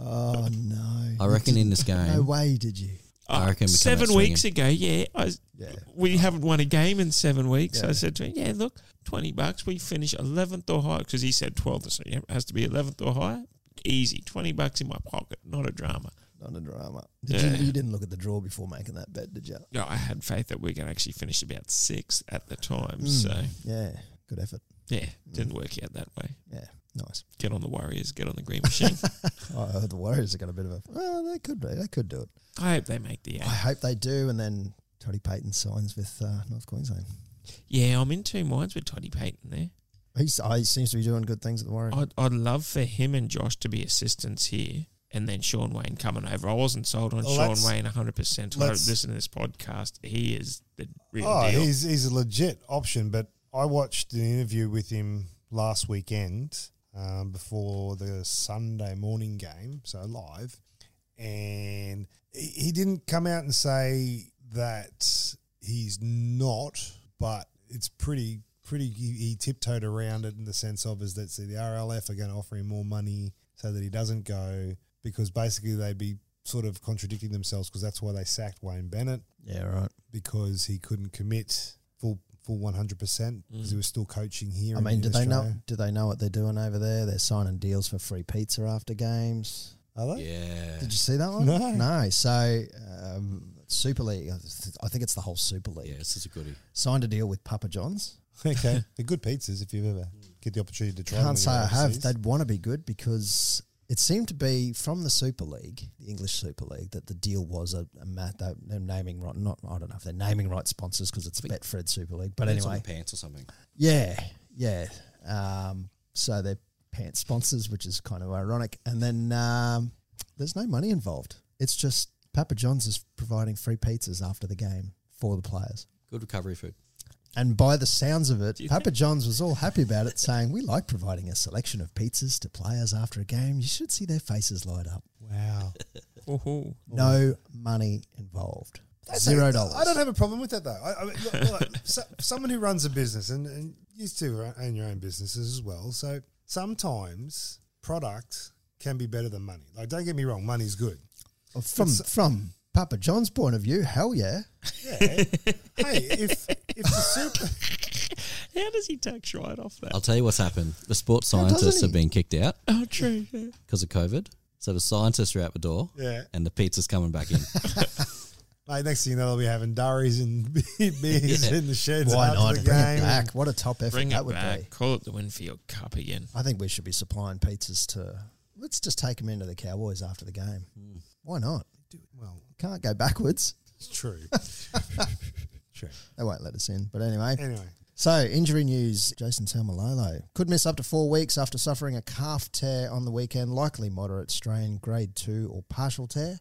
[SPEAKER 2] Oh, no.
[SPEAKER 1] I reckon in this game.
[SPEAKER 2] No way did you.
[SPEAKER 1] I reckon we come
[SPEAKER 4] Oh, seven
[SPEAKER 1] out
[SPEAKER 4] weeks ago, yeah, I,
[SPEAKER 2] Yeah.
[SPEAKER 4] we haven't won a game in seven weeks.
[SPEAKER 2] Yeah.
[SPEAKER 4] I said to him, "Yeah, look, twenty bucks. We finish eleventh or higher because he said twelfth, so yeah, it has to be eleventh or higher. Easy, twenty bucks in my pocket, not a drama.
[SPEAKER 2] Not a drama. Did you,
[SPEAKER 4] Yeah.
[SPEAKER 2] you didn't look at the draw before making that bet, did you?
[SPEAKER 4] No, I had faith that we are going to actually finish about sixth at the time.
[SPEAKER 2] Mm.
[SPEAKER 4] So
[SPEAKER 2] Yeah. Good effort.
[SPEAKER 4] yeah, didn't work out that way.
[SPEAKER 2] Yeah. Nice.
[SPEAKER 4] Get on the Warriors, get on the Green Machine.
[SPEAKER 2] Oh, I heard the Warriors have got a bit of a. Oh, they could be. They could do it.
[SPEAKER 4] I hope they make the eight.
[SPEAKER 2] I hope they do. And then Toddy Payton signs with uh, North Queensland.
[SPEAKER 4] Yeah, I'm in two minds with Toddy Payton there.
[SPEAKER 2] He's, uh, he seems to be doing good things at the Warriors.
[SPEAKER 4] I'd, I'd love for him and Josh to be assistants here. And then Sean Wayne coming over. I wasn't sold on
[SPEAKER 3] Well, let's-
[SPEAKER 4] Sean Wayne 100%. I
[SPEAKER 3] let's-
[SPEAKER 4] listen to this podcast. He is the real
[SPEAKER 3] oh,
[SPEAKER 4] deal.
[SPEAKER 3] he's he's a legit option. But I watched an interview with him last weekend um, before the Sunday morning game, so live, and he he didn't come out and say that he's not, but it's pretty pretty. He, he tiptoed around it in the sense of is that see, the RLF are going to offer him more money so that he doesn't go because basically they'd be sort of contradicting themselves because that's why they sacked Wayne Bennett
[SPEAKER 2] Yeah, right.
[SPEAKER 3] because he couldn't commit full full one hundred percent because he was still coaching here.
[SPEAKER 2] I
[SPEAKER 3] and
[SPEAKER 2] mean,
[SPEAKER 3] in
[SPEAKER 2] do they know?
[SPEAKER 3] Australia.
[SPEAKER 2] Do they know what they're doing over there? They're signing deals for free pizza after games.
[SPEAKER 3] Are they?
[SPEAKER 1] Yeah.
[SPEAKER 2] Did you see that one?
[SPEAKER 3] No.
[SPEAKER 2] No. So, um, Super League. I think it's the whole Super League.
[SPEAKER 1] Yeah, this is a goodie.
[SPEAKER 2] Signed a deal with Papa John's.
[SPEAKER 3] Okay, they're good pizzas if you've ever get the opportunity to try. them when
[SPEAKER 2] Can't say
[SPEAKER 3] you're
[SPEAKER 2] I have.
[SPEAKER 3] overseas.
[SPEAKER 2] They'd want to be good because it seemed to be from the Super League, the English Super League, that the deal was a, a mat. They're, they're naming right. Not I don't know if they're naming right sponsors because it's
[SPEAKER 1] think-
[SPEAKER 2] Betfred Super League. But
[SPEAKER 1] Pants on
[SPEAKER 2] anyway,
[SPEAKER 1] the pants or something.
[SPEAKER 2] Yeah, yeah. Um, so they're pants sponsors, which is kind of ironic. And then um, there's no money involved. It's just Papa John's is providing free pizzas after the game for the players.
[SPEAKER 1] Good recovery food.
[SPEAKER 2] And by the sounds of it,
[SPEAKER 4] Do you
[SPEAKER 2] Papa John's was all happy about it, saying, We like providing a selection of pizzas to players after a game. You should see their faces light up.
[SPEAKER 3] Wow,
[SPEAKER 4] Woohoo.
[SPEAKER 2] No money involved.
[SPEAKER 3] That's
[SPEAKER 2] Zero
[SPEAKER 3] a-
[SPEAKER 2] dollars.
[SPEAKER 3] I don't have a problem with that though. I, I mean, look, look, so, someone who runs a business, and, and you two own your own businesses as well. So sometimes product can be better than money. Like, don't get me wrong, money's good.
[SPEAKER 2] From, from Papa John's point of view, hell yeah.
[SPEAKER 3] Yeah. hey, if if the super
[SPEAKER 4] How does he tax right off that?
[SPEAKER 1] I'll tell you what's happened. The sports
[SPEAKER 2] How doesn't
[SPEAKER 1] scientists have
[SPEAKER 2] he?
[SPEAKER 1] been kicked out
[SPEAKER 4] Oh, true. yeah.
[SPEAKER 1] because of COVID. So the scientists are out the door
[SPEAKER 3] yeah,
[SPEAKER 1] and the pizza's coming back in.
[SPEAKER 3] Mate, next thing you know, they'll be having durries and beers
[SPEAKER 1] Yeah.
[SPEAKER 3] in the sheds
[SPEAKER 2] Why
[SPEAKER 3] after
[SPEAKER 2] not?
[SPEAKER 3] the
[SPEAKER 2] Bring
[SPEAKER 3] game.
[SPEAKER 2] it back. What a top effort
[SPEAKER 4] Bring
[SPEAKER 2] that
[SPEAKER 4] it
[SPEAKER 2] would
[SPEAKER 4] back.
[SPEAKER 2] be.
[SPEAKER 4] Call it the Winfield Cup again.
[SPEAKER 2] I think we should be supplying pizzas to. Let's just take them into the Cowboys after the game. Why not?
[SPEAKER 3] Well,
[SPEAKER 2] Can't go backwards.
[SPEAKER 3] it's true. true.
[SPEAKER 2] They won't let us in. But anyway,
[SPEAKER 3] Anyway,
[SPEAKER 2] so injury news: Jason Tamalolo could miss up to four weeks after suffering a calf tear on the weekend, likely moderate strain, grade two or partial tear.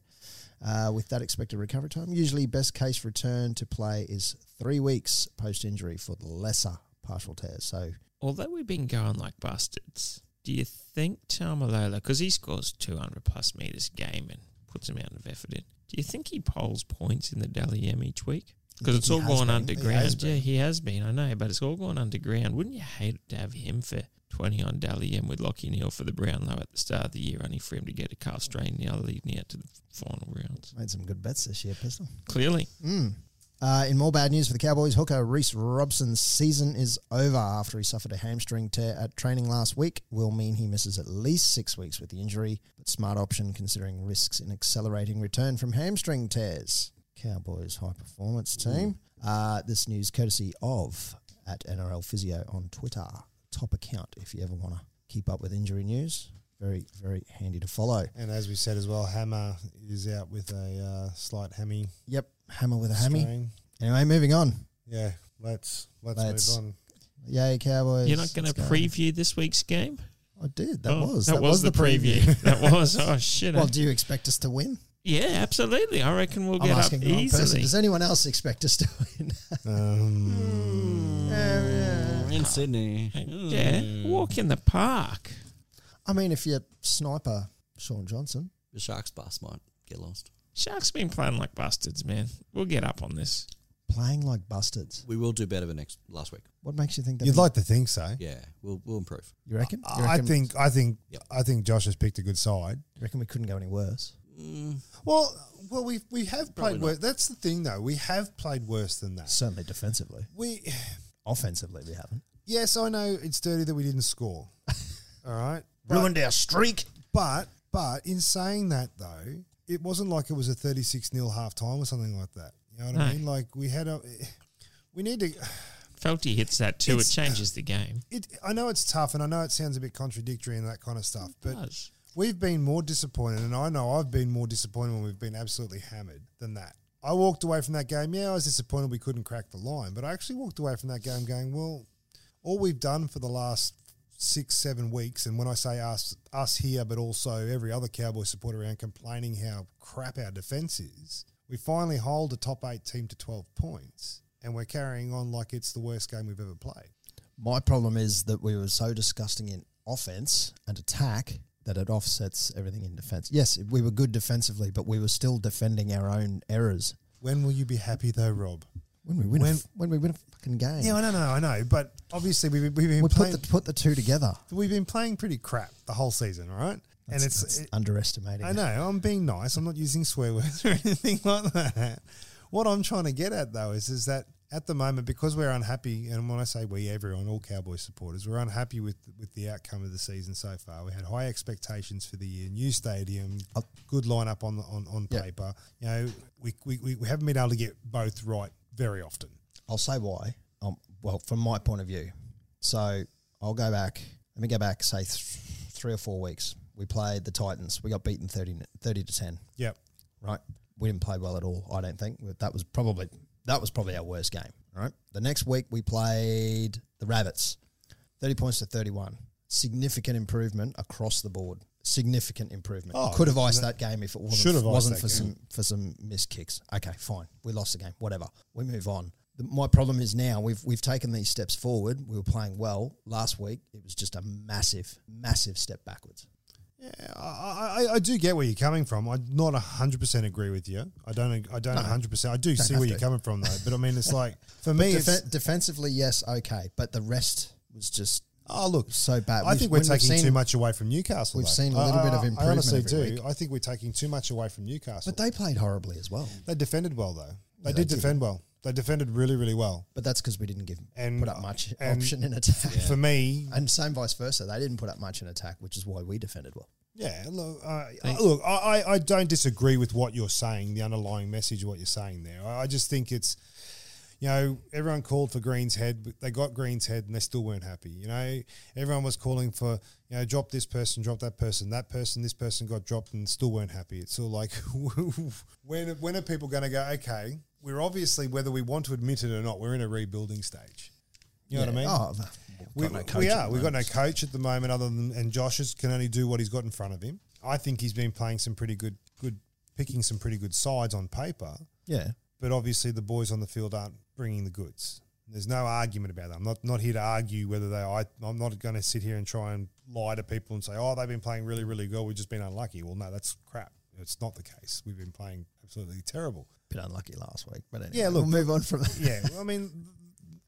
[SPEAKER 2] Uh, with that expected recovery time, usually best case return to play is three weeks post injury for the lesser partial tear. So
[SPEAKER 4] Although we've been going like bastards, do you think Tamalolo, because he scores 200 plus metres a game and puts a amount of effort in, do you think he polls points in the Dally M each week? Because it's
[SPEAKER 2] He
[SPEAKER 4] all
[SPEAKER 2] has
[SPEAKER 4] gone
[SPEAKER 2] been.
[SPEAKER 3] He has
[SPEAKER 4] underground.
[SPEAKER 3] been.
[SPEAKER 4] yeah, he has been, I know, but it's all gone underground. Wouldn't you hate to have him for 20 on Dally M with Lockie Neal for the Brownlow at the start of the year, only for him to get a calf strain now leading out to the final rounds?
[SPEAKER 2] made some good bets this year, Pistol.
[SPEAKER 4] Clearly.
[SPEAKER 2] Mm. Uh, in more bad news for the Cowboys, hooker Reese Robson's season is over after he suffered a hamstring tear at training last week. Will mean he misses at least six weeks with the injury, but smart option considering risks in accelerating return from hamstring tears. Cowboys high performance team. Uh, this news courtesy of at NRL Physio on Twitter. Top account if you ever want to keep up with injury news. Very, very handy to follow.
[SPEAKER 3] and as we said as well, Hammer is out with a uh, slight hammy.
[SPEAKER 2] Yep, hammer with a hammy.
[SPEAKER 3] strain.
[SPEAKER 2] Anyway, moving on.
[SPEAKER 3] Yeah, let's let's,
[SPEAKER 2] Let's-
[SPEAKER 3] move on.
[SPEAKER 2] Yay, Cowboys.
[SPEAKER 4] You're not going to
[SPEAKER 2] Let's go.
[SPEAKER 4] preview this week's game?
[SPEAKER 2] I did. That
[SPEAKER 4] Oh,
[SPEAKER 2] was
[SPEAKER 4] That, was, the preview. that was. Oh, shit. I
[SPEAKER 2] Well, do you expect us to win?
[SPEAKER 4] Yeah, absolutely. I reckon we'll
[SPEAKER 2] I'm
[SPEAKER 4] get up
[SPEAKER 2] asking the wrong person.
[SPEAKER 4] easily.
[SPEAKER 2] Does anyone else expect us to win?
[SPEAKER 3] Um,
[SPEAKER 1] Mm, in Sydney.
[SPEAKER 4] Yeah, walk in the park.
[SPEAKER 2] I mean, if you're sniper Sean Johnson,
[SPEAKER 1] The Sharks bus might get lost.
[SPEAKER 4] Sharks been playing like bastards, man. We'll get up on this.
[SPEAKER 2] playing like bastards,
[SPEAKER 1] We will do better than next last week.
[SPEAKER 2] what makes you think that?
[SPEAKER 3] You'd like to think so.
[SPEAKER 1] Yeah, we'll we'll improve.
[SPEAKER 2] you reckon? Hmm. You
[SPEAKER 3] I
[SPEAKER 2] reckon,
[SPEAKER 3] think I think
[SPEAKER 1] Yep.
[SPEAKER 3] I think Josh has picked a good side.
[SPEAKER 2] you reckon we couldn't go any worse.
[SPEAKER 1] Mm,
[SPEAKER 3] Well, well, we we have
[SPEAKER 1] Probably
[SPEAKER 3] played worse. That's the thing, though. We have played worse than that.
[SPEAKER 2] Certainly defensively,
[SPEAKER 3] We
[SPEAKER 2] offensively, we haven't
[SPEAKER 3] yes, I know it's dirty that we didn't score. All right, But-
[SPEAKER 2] ruined our streak.
[SPEAKER 3] But but in saying that though, it wasn't like it was a 36 0 half time or something like that. You know what I
[SPEAKER 4] No.
[SPEAKER 3] mean? Like we had a we need to
[SPEAKER 4] Felty hits that too.
[SPEAKER 3] It's-
[SPEAKER 4] it changes the game.
[SPEAKER 3] it I know it's tough and I know it sounds a bit contradictory and that kind of stuff, but
[SPEAKER 4] does.
[SPEAKER 3] we've been more disappointed and I know I've been more disappointed when we've been absolutely hammered than that. I walked away from that game, yeah, I was disappointed we couldn't crack the line, but I actually walked away from that game going, Well, all we've done for the last six, seven weeks, and when I say us, us here, but also every other Cowboy supporter around complaining how crap our defense is, we finally hold a top eight team to 12 points, and we're carrying on like it's the worst game we've ever played.
[SPEAKER 2] My problem is that we were so disgusting in offense and attack that it offsets everything in defense. Yes, we were good defensively, but we were still defending our own errors.
[SPEAKER 3] When will you be happy though, Rob?
[SPEAKER 2] When we win, a
[SPEAKER 3] When-
[SPEAKER 2] f- when we win a fucking game,
[SPEAKER 3] Yeah, I don't know, I know, but obviously we, we've been
[SPEAKER 2] we put
[SPEAKER 3] playing
[SPEAKER 2] the put the two together.
[SPEAKER 3] we've been playing pretty crap the whole season, all right? and it's
[SPEAKER 2] That's
[SPEAKER 3] it-
[SPEAKER 2] underestimating.
[SPEAKER 3] I know I'm being nice. I'm not using swear words or anything like that. What I'm trying to get at though is is that at the moment because we're unhappy, and when I say we, everyone, all Cowboy supporters, we're unhappy with with the outcome of the season so far. We had high expectations for the year, new stadium, good lineup on the- on on
[SPEAKER 2] Oh. Yeah.
[SPEAKER 3] paper. You know, we, we we- we haven't been able to get both right very often.
[SPEAKER 2] I'll say why. Um, well, from my point of view, so I'll go back. Let me go back, say th- three or four weeks. We played the Titans. We got beaten 30, n- 30 to ten.
[SPEAKER 3] Yep.
[SPEAKER 2] Right, we didn't play well at all. I don't think that was probably that was probably our worst game. Right. The next week we played the Rabbits, thirty points to thirty-one. Significant improvement across the board. Significant improvement.
[SPEAKER 3] Oh,
[SPEAKER 2] Could have iced that game if it wasn't,
[SPEAKER 3] Should have iced
[SPEAKER 2] wasn't
[SPEAKER 3] that
[SPEAKER 2] for some
[SPEAKER 3] game.
[SPEAKER 2] for some missed kicks. Okay, fine. We lost the game. Whatever. We move on. The, my problem is now we've we've taken these steps forward. We were playing well last week. It was just a massive, massive step backwards.
[SPEAKER 3] Yeah, I, I, I do get where you're coming from. I not hundred percent agree with you. I don't. I don't hundred percent. I do see
[SPEAKER 2] have
[SPEAKER 3] where you're
[SPEAKER 2] to.
[SPEAKER 3] coming from though. But I mean, it's like for me, it's,
[SPEAKER 2] Defe- defensively, yes, okay, but the rest was just
[SPEAKER 3] oh look,
[SPEAKER 2] so bad.
[SPEAKER 3] I
[SPEAKER 2] We've-
[SPEAKER 3] think we're
[SPEAKER 2] when we've
[SPEAKER 3] taking
[SPEAKER 2] seen-
[SPEAKER 3] too much away from Newcastle.
[SPEAKER 2] we've
[SPEAKER 3] though.
[SPEAKER 2] seen a
[SPEAKER 3] I-
[SPEAKER 2] little bit of
[SPEAKER 3] I-
[SPEAKER 2] improvement
[SPEAKER 3] I honestly
[SPEAKER 2] every
[SPEAKER 3] do.
[SPEAKER 2] week.
[SPEAKER 3] I think we're taking too much away from Newcastle.
[SPEAKER 2] But they played horribly as well.
[SPEAKER 3] they defended well though. They
[SPEAKER 2] Yeah,
[SPEAKER 3] did
[SPEAKER 2] they did.
[SPEAKER 3] defend well. They defended really, really well.
[SPEAKER 2] But that's because we didn't give
[SPEAKER 3] And- uh,
[SPEAKER 2] put up much
[SPEAKER 3] and-
[SPEAKER 2] option in attack.
[SPEAKER 3] For me,
[SPEAKER 2] And same vice versa, they didn't put up much in attack, which is why we defended well.
[SPEAKER 3] yeah. Look, I
[SPEAKER 4] Thank-
[SPEAKER 3] look, I, I, I don't disagree with what you're saying. The underlying message, of what you're saying there. I, I just think it's you know, everyone called for Green's head, but they got Green's head and they still weren't happy. You know, everyone was calling for, you know, drop this person, drop that person, that person, this person got dropped and still weren't happy. It's all like, when, when are people going to go, okay, we're obviously, whether we want to admit it or not, we're in a rebuilding stage. You know what I mean?
[SPEAKER 2] Oh,
[SPEAKER 3] we, we are. We've got no coach at the moment, other than and Josh is, can only do what he's got in front of him. I think he's been playing some pretty good, good, picking some pretty good sides on paper
[SPEAKER 2] Yeah.
[SPEAKER 3] but obviously the boys on the field aren't bringing the goods. There's no argument about that. I'm not, not here to argue whether they. I, I'm not going to sit here and try and lie to people and say, "Oh, they've been playing really, really well. We've just been unlucky." Well, no, that's crap. It's not the case. We've been playing absolutely terrible.
[SPEAKER 2] Bit unlucky last week, but anyway,
[SPEAKER 3] Yeah, look,
[SPEAKER 2] we'll move on from that.
[SPEAKER 3] Yeah, well, I mean,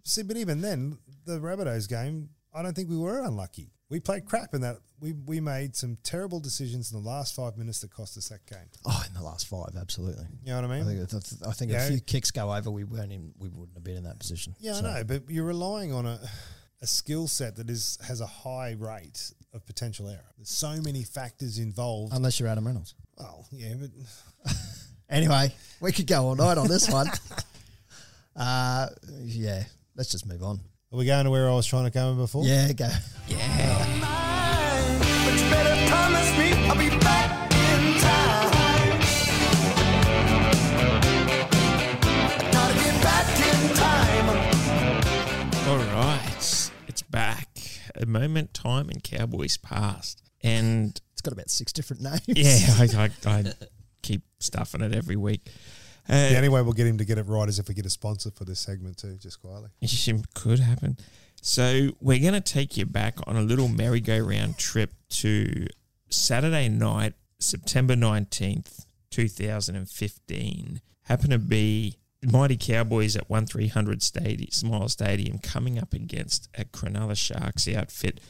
[SPEAKER 3] see, but even then, the Rabbitohs game, I don't think we were unlucky. We played crap in that. We we made some terrible decisions in the last five minutes that cost us that game.
[SPEAKER 2] Oh, in the last five, absolutely.
[SPEAKER 3] You know what I
[SPEAKER 2] I
[SPEAKER 3] mean?
[SPEAKER 2] think, if- I think
[SPEAKER 3] Yeah.
[SPEAKER 2] a few kicks go over, we weren't in, we wouldn't have been in that position.
[SPEAKER 3] Yeah,
[SPEAKER 2] So,
[SPEAKER 3] I know, but you're relying on a a skill set that is has a high rate of potential error. There's so many factors involved.
[SPEAKER 2] Unless you're Adam Reynolds.
[SPEAKER 3] well, yeah, but
[SPEAKER 2] Anyway, we could go all night on this one. Uh, yeah, let's just move on.
[SPEAKER 3] are we going to where I was trying to go before?
[SPEAKER 2] Yeah, go.
[SPEAKER 5] But you better promise me I'll be back in time. I gotta get back in time.
[SPEAKER 4] All right, it's back. A moment, time, and Cowboys past. And
[SPEAKER 2] It's got about six different names.
[SPEAKER 4] yeah, I, I, I keep stuffing it every week.
[SPEAKER 3] The
[SPEAKER 4] Uh,
[SPEAKER 3] only way we'll get him to get it right is if we get a sponsor for this segment too, just quietly.
[SPEAKER 4] it could happen. So we're going to take you back on a little merry-go-round trip to Saturday night, September 19th, 2015. Happened to be the Mighty Cowboys at 1300 Stadium, Smile Stadium coming up against a Cronulla Sharks outfit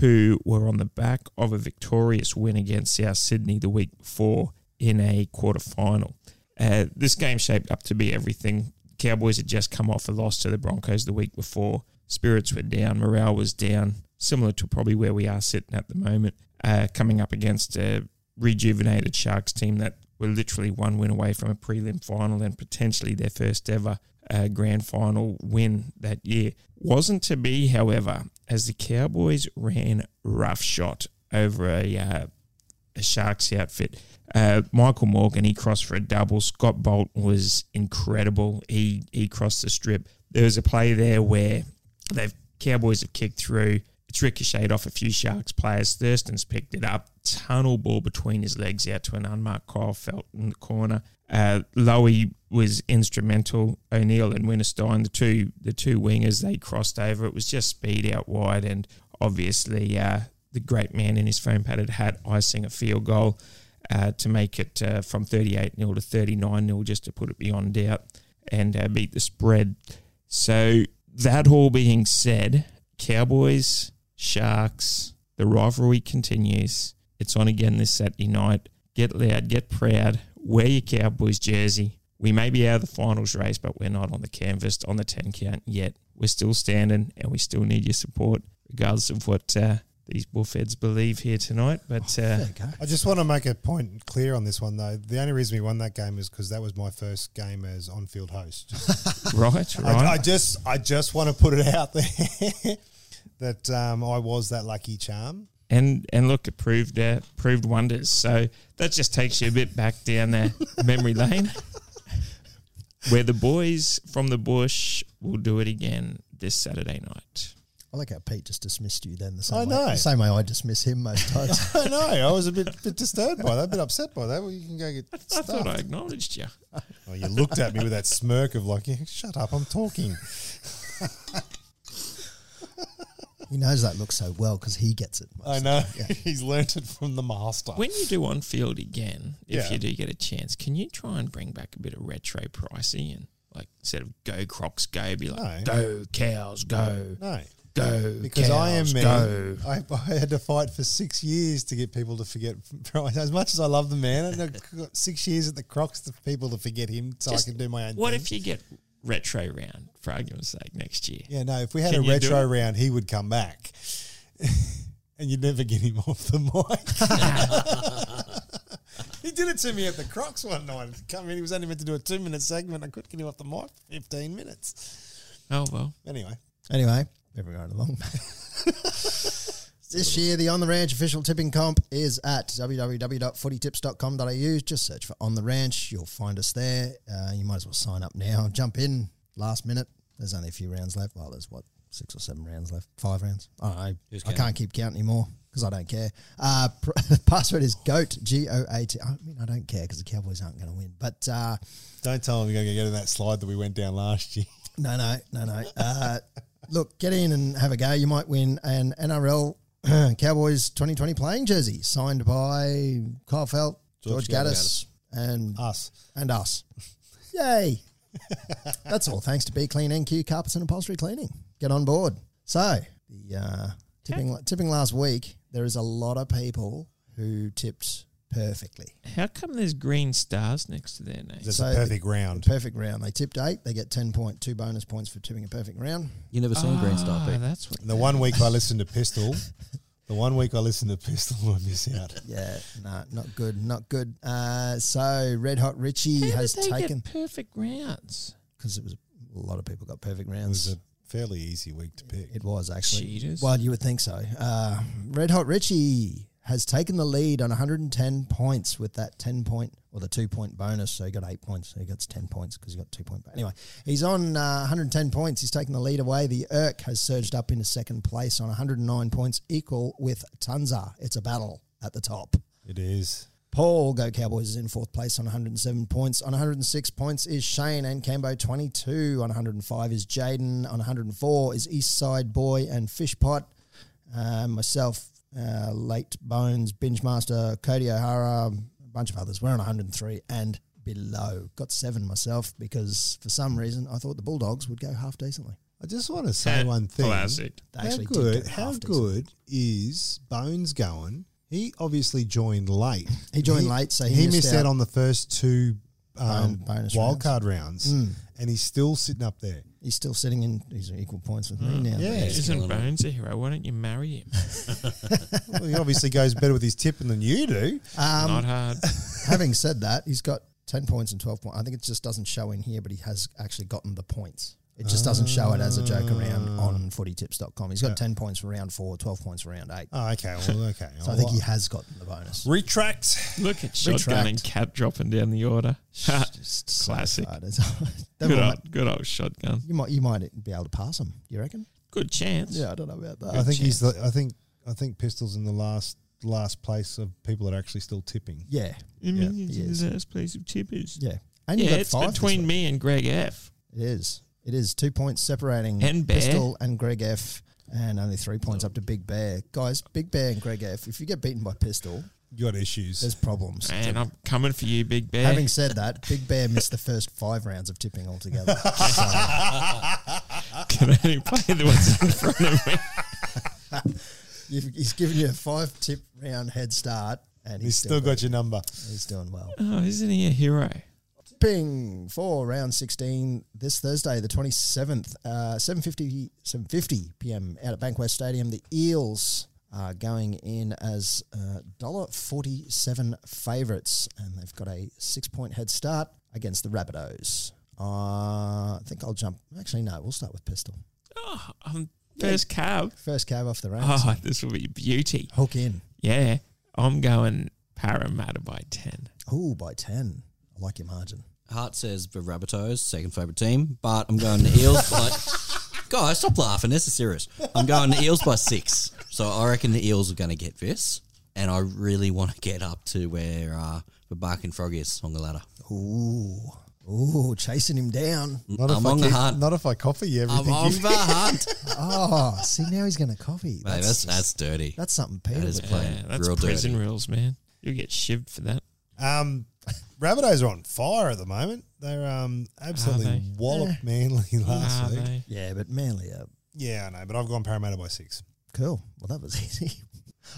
[SPEAKER 4] who were on the back of a victorious win against South Sydney the week before in a quarter-final. Uh, this game shaped up to be everything. Cowboys had just come off a loss to the Broncos the week before. Spirits were down, morale was down, similar to probably where we are sitting at the moment, uh, coming up against a rejuvenated Sharks team that were literally one win away from a prelim final and potentially their first ever uh, grand final win that year. Wasn't to be, however, as the Cowboys ran roughshod over a uh, a Sharks outfit. Uh, Michael Morgan, he crossed for a double. Scott Bolt was incredible. He he crossed the strip. There was a play there where they've Cowboys have kicked through. It's ricocheted off a few Sharks players. Thurston's picked it up. Tunnel ball between his legs out to an unmarked Kyle Felt in the corner. Uh, Lowy was instrumental. O'Neill and Winterstein, the two the two wingers, they crossed over. It was just speed out wide, and obviously uh, the great man in his foam padded hat icing a field goal uh, to make it uh, from 38 0 to 39 0, just to put it beyond doubt, and uh, beat the spread. So, that all being said, Cowboys, Sharks, the rivalry continues. It's on again this Saturday night. Get loud, get proud, wear your Cowboys jersey. We may be out of the finals race, but we're not on the canvas on the 10 count yet. We're still standing and we still need your support, regardless of what uh, these bullfeds believe here tonight. But uh,
[SPEAKER 2] There you go.
[SPEAKER 3] I just want to make a point clear on this one, though. The only reason we won that game is because that was my first game as on-field host.
[SPEAKER 4] right, right.
[SPEAKER 3] I, I just, I just want to put it out there that um, I was that lucky charm.
[SPEAKER 4] and and look, it proved uh, proved wonders. So that just takes you a bit back down there memory lane, where the boys from the bush will do it again this Saturday night.
[SPEAKER 2] I like how Pete just dismissed you then the same,
[SPEAKER 3] I
[SPEAKER 2] way,
[SPEAKER 3] know.
[SPEAKER 2] the same way I dismiss him most times.
[SPEAKER 3] I know. I was a bit, bit disturbed by that, a bit upset by that. Well, you can go get
[SPEAKER 4] I thought I
[SPEAKER 3] stuffed.
[SPEAKER 4] acknowledged you.
[SPEAKER 3] Well, you looked at me with that smirk of like, yeah, "Shut up, I'm talking."
[SPEAKER 2] he knows that look so well because he gets it. most
[SPEAKER 3] I
[SPEAKER 2] of
[SPEAKER 3] know. He's learnt it from the master.
[SPEAKER 4] When you do on field again, if
[SPEAKER 3] Yeah.
[SPEAKER 4] you do get a chance, can you try and bring back a bit of retro pricing and like instead of go crocs go, be like
[SPEAKER 3] No.
[SPEAKER 4] go cows go
[SPEAKER 3] no,
[SPEAKER 4] go
[SPEAKER 3] because I am
[SPEAKER 4] cows,
[SPEAKER 3] man.
[SPEAKER 4] go.
[SPEAKER 3] I, I had to fight for six years to get people to forget. As much as I love the man, I got six years at the Crocs for people to forget him, so
[SPEAKER 4] Just
[SPEAKER 3] I can do my own.
[SPEAKER 4] What
[SPEAKER 3] thing.
[SPEAKER 4] if you get retro round for argument's sake next year?
[SPEAKER 3] Yeah, no. If we had
[SPEAKER 4] Can
[SPEAKER 3] a
[SPEAKER 4] you do
[SPEAKER 3] retro
[SPEAKER 4] it?
[SPEAKER 3] round, he would come back, and you'd never get him off the mic. he did it to me at the Crocs one night. Come in, he was only meant to do a two-minute segment. I couldn't get him off the mic. for Fifteen minutes.
[SPEAKER 4] Oh well.
[SPEAKER 3] Anyway,
[SPEAKER 2] Anyway, moving right along. this year, the On the Ranch official tipping comp is at www.footytips.com.au. Just search for On the Ranch. You'll find us there. Uh, you might as well sign up now. Jump in last minute. There's only a few rounds left. Well, there's what, six or seven rounds left? Five rounds? I don't know.
[SPEAKER 1] Who's
[SPEAKER 2] I
[SPEAKER 1] counting?
[SPEAKER 2] can't keep counting anymore because I don't care. Uh, pr- password is GOAT, G O A T. I mean, I don't care because the Cowboys aren't going to win. But. Uh,
[SPEAKER 3] don't tell him you're going to get in that slide that we went down last year.
[SPEAKER 2] No, no, no, no. Uh, look, get in and have a go. You might win an NRL Cowboys 2020 playing jersey signed by Kyle Felt,
[SPEAKER 1] George
[SPEAKER 2] George, Gaddis, and
[SPEAKER 3] Us.
[SPEAKER 2] and us. Yay! That's all. Thanks to Be Clean NQ Carpets and Upholstery Cleaning. Get on board. So the uh, tipping tipping last week, there is a lot of people who tipped perfectly.
[SPEAKER 4] How come there's green stars next to their names?
[SPEAKER 3] That's
[SPEAKER 2] So
[SPEAKER 3] a
[SPEAKER 2] the-
[SPEAKER 3] perfect round.
[SPEAKER 2] Perfect round. They tipped eight. They get ten point two bonus points for tipping a perfect round.
[SPEAKER 1] You never seen Green Star
[SPEAKER 4] Ah,
[SPEAKER 1] Pete.
[SPEAKER 4] that's what.
[SPEAKER 3] The one week I listened to Pistol, the one week I listened to Pistol, I miss out.
[SPEAKER 2] Yeah, no, not good, not good. Uh, so Red Hot Richie
[SPEAKER 4] How
[SPEAKER 2] has
[SPEAKER 4] did they
[SPEAKER 2] taken
[SPEAKER 4] get perfect rounds?
[SPEAKER 2] because it was a lot of people got perfect
[SPEAKER 3] It was
[SPEAKER 2] rounds.
[SPEAKER 3] a fairly easy week to pick.
[SPEAKER 2] it was actually
[SPEAKER 4] Cheaters.
[SPEAKER 2] Well, you would think so. Uh, Red Hot Richie has taken the lead on 110 points with that 10 point or the two point bonus. So he got eight points. So he got 10 points because he got two point. Anyway, he's on uh, 110 points. He's taken the lead away. The Irk has surged up into second place on 109 points, equal with Tunza. It's a battle at the top.
[SPEAKER 3] It is.
[SPEAKER 2] Paul Go Cowboys is in fourth place on 107 points. On 106 points is Shane and Cambo 22. On 105 is Jaden. On 104 is East Side Boy and Fishpot. Uh, myself, uh, Late Bones, Binge Master, Cody O'Hara, a bunch of others. We're on 103 and below. Got seven myself because for some reason I thought the Bulldogs would go half decently.
[SPEAKER 3] I just want to say one thing.
[SPEAKER 4] Classic.
[SPEAKER 2] They
[SPEAKER 3] how
[SPEAKER 2] actually did
[SPEAKER 3] good?
[SPEAKER 2] go
[SPEAKER 3] how
[SPEAKER 2] half decent.
[SPEAKER 3] good is Bones going? He obviously joined late.
[SPEAKER 2] He joined late, so he missed
[SPEAKER 3] missed, out.
[SPEAKER 2] out.
[SPEAKER 3] on the first two um,
[SPEAKER 2] Bon- bonus
[SPEAKER 3] wild
[SPEAKER 2] rounds. Hmm.
[SPEAKER 3] card rounds, and he's still sitting up there.
[SPEAKER 2] He's still sitting in, he's equal points with me now.
[SPEAKER 3] Mm, Yeah.
[SPEAKER 4] Oh, Isn't Bones a hero? Why don't you marry him?
[SPEAKER 3] well, he obviously goes better with his tipping than you do.
[SPEAKER 2] Um,
[SPEAKER 4] Not hard.
[SPEAKER 2] Having said that, he's got 10 points and 12 points. I think it just doesn't show in here, but he has actually gotten the points. It just doesn't show it as a joke around on footytips.com. He's got 10 points for round four, 12 points for round eight.
[SPEAKER 3] Oh, okay. Well, okay.
[SPEAKER 2] So I think he has gotten the bonus.
[SPEAKER 3] retract.
[SPEAKER 4] Look at shotgun and cap dropping down the order. Ha,
[SPEAKER 2] Just
[SPEAKER 4] Classic.
[SPEAKER 2] So hard. It's- Then
[SPEAKER 4] good
[SPEAKER 2] we'll
[SPEAKER 4] old, good old shotgun.
[SPEAKER 2] ma- you might you might be able to pass him. You reckon?
[SPEAKER 4] Good chance.
[SPEAKER 2] Yeah, I don't know about that.
[SPEAKER 3] I think he's. The, I think. I think Pistols in the last last place of people that are actually still tipping.
[SPEAKER 2] yeah,
[SPEAKER 4] I mean, it's
[SPEAKER 2] yes.
[SPEAKER 4] the last place of tippers.
[SPEAKER 2] yeah. And you
[SPEAKER 4] Yeah,
[SPEAKER 2] got
[SPEAKER 4] it's
[SPEAKER 2] five this
[SPEAKER 4] between
[SPEAKER 2] week.
[SPEAKER 4] me and Greg F.
[SPEAKER 2] It is. It is two points separating
[SPEAKER 4] And Bear.
[SPEAKER 2] Pistol and Greg F. and only three points up to Big Bear. Guys, Big Bear and Greg F, if you get beaten by pistol,
[SPEAKER 3] You got issues.
[SPEAKER 2] there's problems.
[SPEAKER 4] And I'm coming for you, Big Bear.
[SPEAKER 2] Having said that, Big Bear missed the first five rounds of tipping altogether.
[SPEAKER 4] Can only play the ones in front of me.
[SPEAKER 2] You've, he's given you a five tip round head start, and he's,
[SPEAKER 3] He's still got your number.
[SPEAKER 2] he's doing well.
[SPEAKER 4] Oh, isn't he a hero?
[SPEAKER 2] Ping for round 16 this Thursday, the 27th, uh, 7.50, 7.50 p.m. out at Bankwest Stadium. The Eels are going in as uh, $1.47 favourites, and they've got a six-point head start against the Rabbitohs. Uh, I think I'll jump. Actually, no, we'll start with Pistol.
[SPEAKER 4] Oh, I'm first cab.
[SPEAKER 2] First cab off the ranks.
[SPEAKER 4] Oh, this will be beauty.
[SPEAKER 2] Hook in.
[SPEAKER 4] Yeah, I'm going Parramatta by 10.
[SPEAKER 2] Ooh, by 10. I like your margin.
[SPEAKER 1] Hart says the Rabbitohs, second favourite team, but I'm going the Eels. like, guys, stop laughing. This is serious. I'm going the Eels by six. So I reckon the Eels are going to get this. And I really want to get up to where uh, the Barking Frog is on the ladder.
[SPEAKER 2] Ooh. Ooh, chasing him down.
[SPEAKER 3] Not
[SPEAKER 1] Mm. I'm
[SPEAKER 3] if
[SPEAKER 1] on
[SPEAKER 3] I
[SPEAKER 1] the
[SPEAKER 3] keep-
[SPEAKER 1] hunt.
[SPEAKER 3] Not if I coffee you
[SPEAKER 1] I'm
[SPEAKER 3] everything.
[SPEAKER 1] on the hunt.
[SPEAKER 2] Oh, see, now he's going to coffee.
[SPEAKER 1] Mate, that's, that's dirty.
[SPEAKER 2] That's something Peter
[SPEAKER 1] That is
[SPEAKER 2] would
[SPEAKER 1] plain.
[SPEAKER 4] Yeah, that's
[SPEAKER 1] Real
[SPEAKER 4] prison
[SPEAKER 1] dirty.
[SPEAKER 4] rules, man. You'll get shivved for that.
[SPEAKER 3] Um, Rabbitohs are on fire at the moment. They're um absolutely
[SPEAKER 4] they?
[SPEAKER 3] wallop manly
[SPEAKER 1] Ah,
[SPEAKER 3] last
[SPEAKER 4] Are
[SPEAKER 3] week.
[SPEAKER 4] they?
[SPEAKER 2] Yeah, but Manly, uh,
[SPEAKER 3] Yeah, I know, but I've gone Parramatta by six.
[SPEAKER 2] cool. Well, that was easy.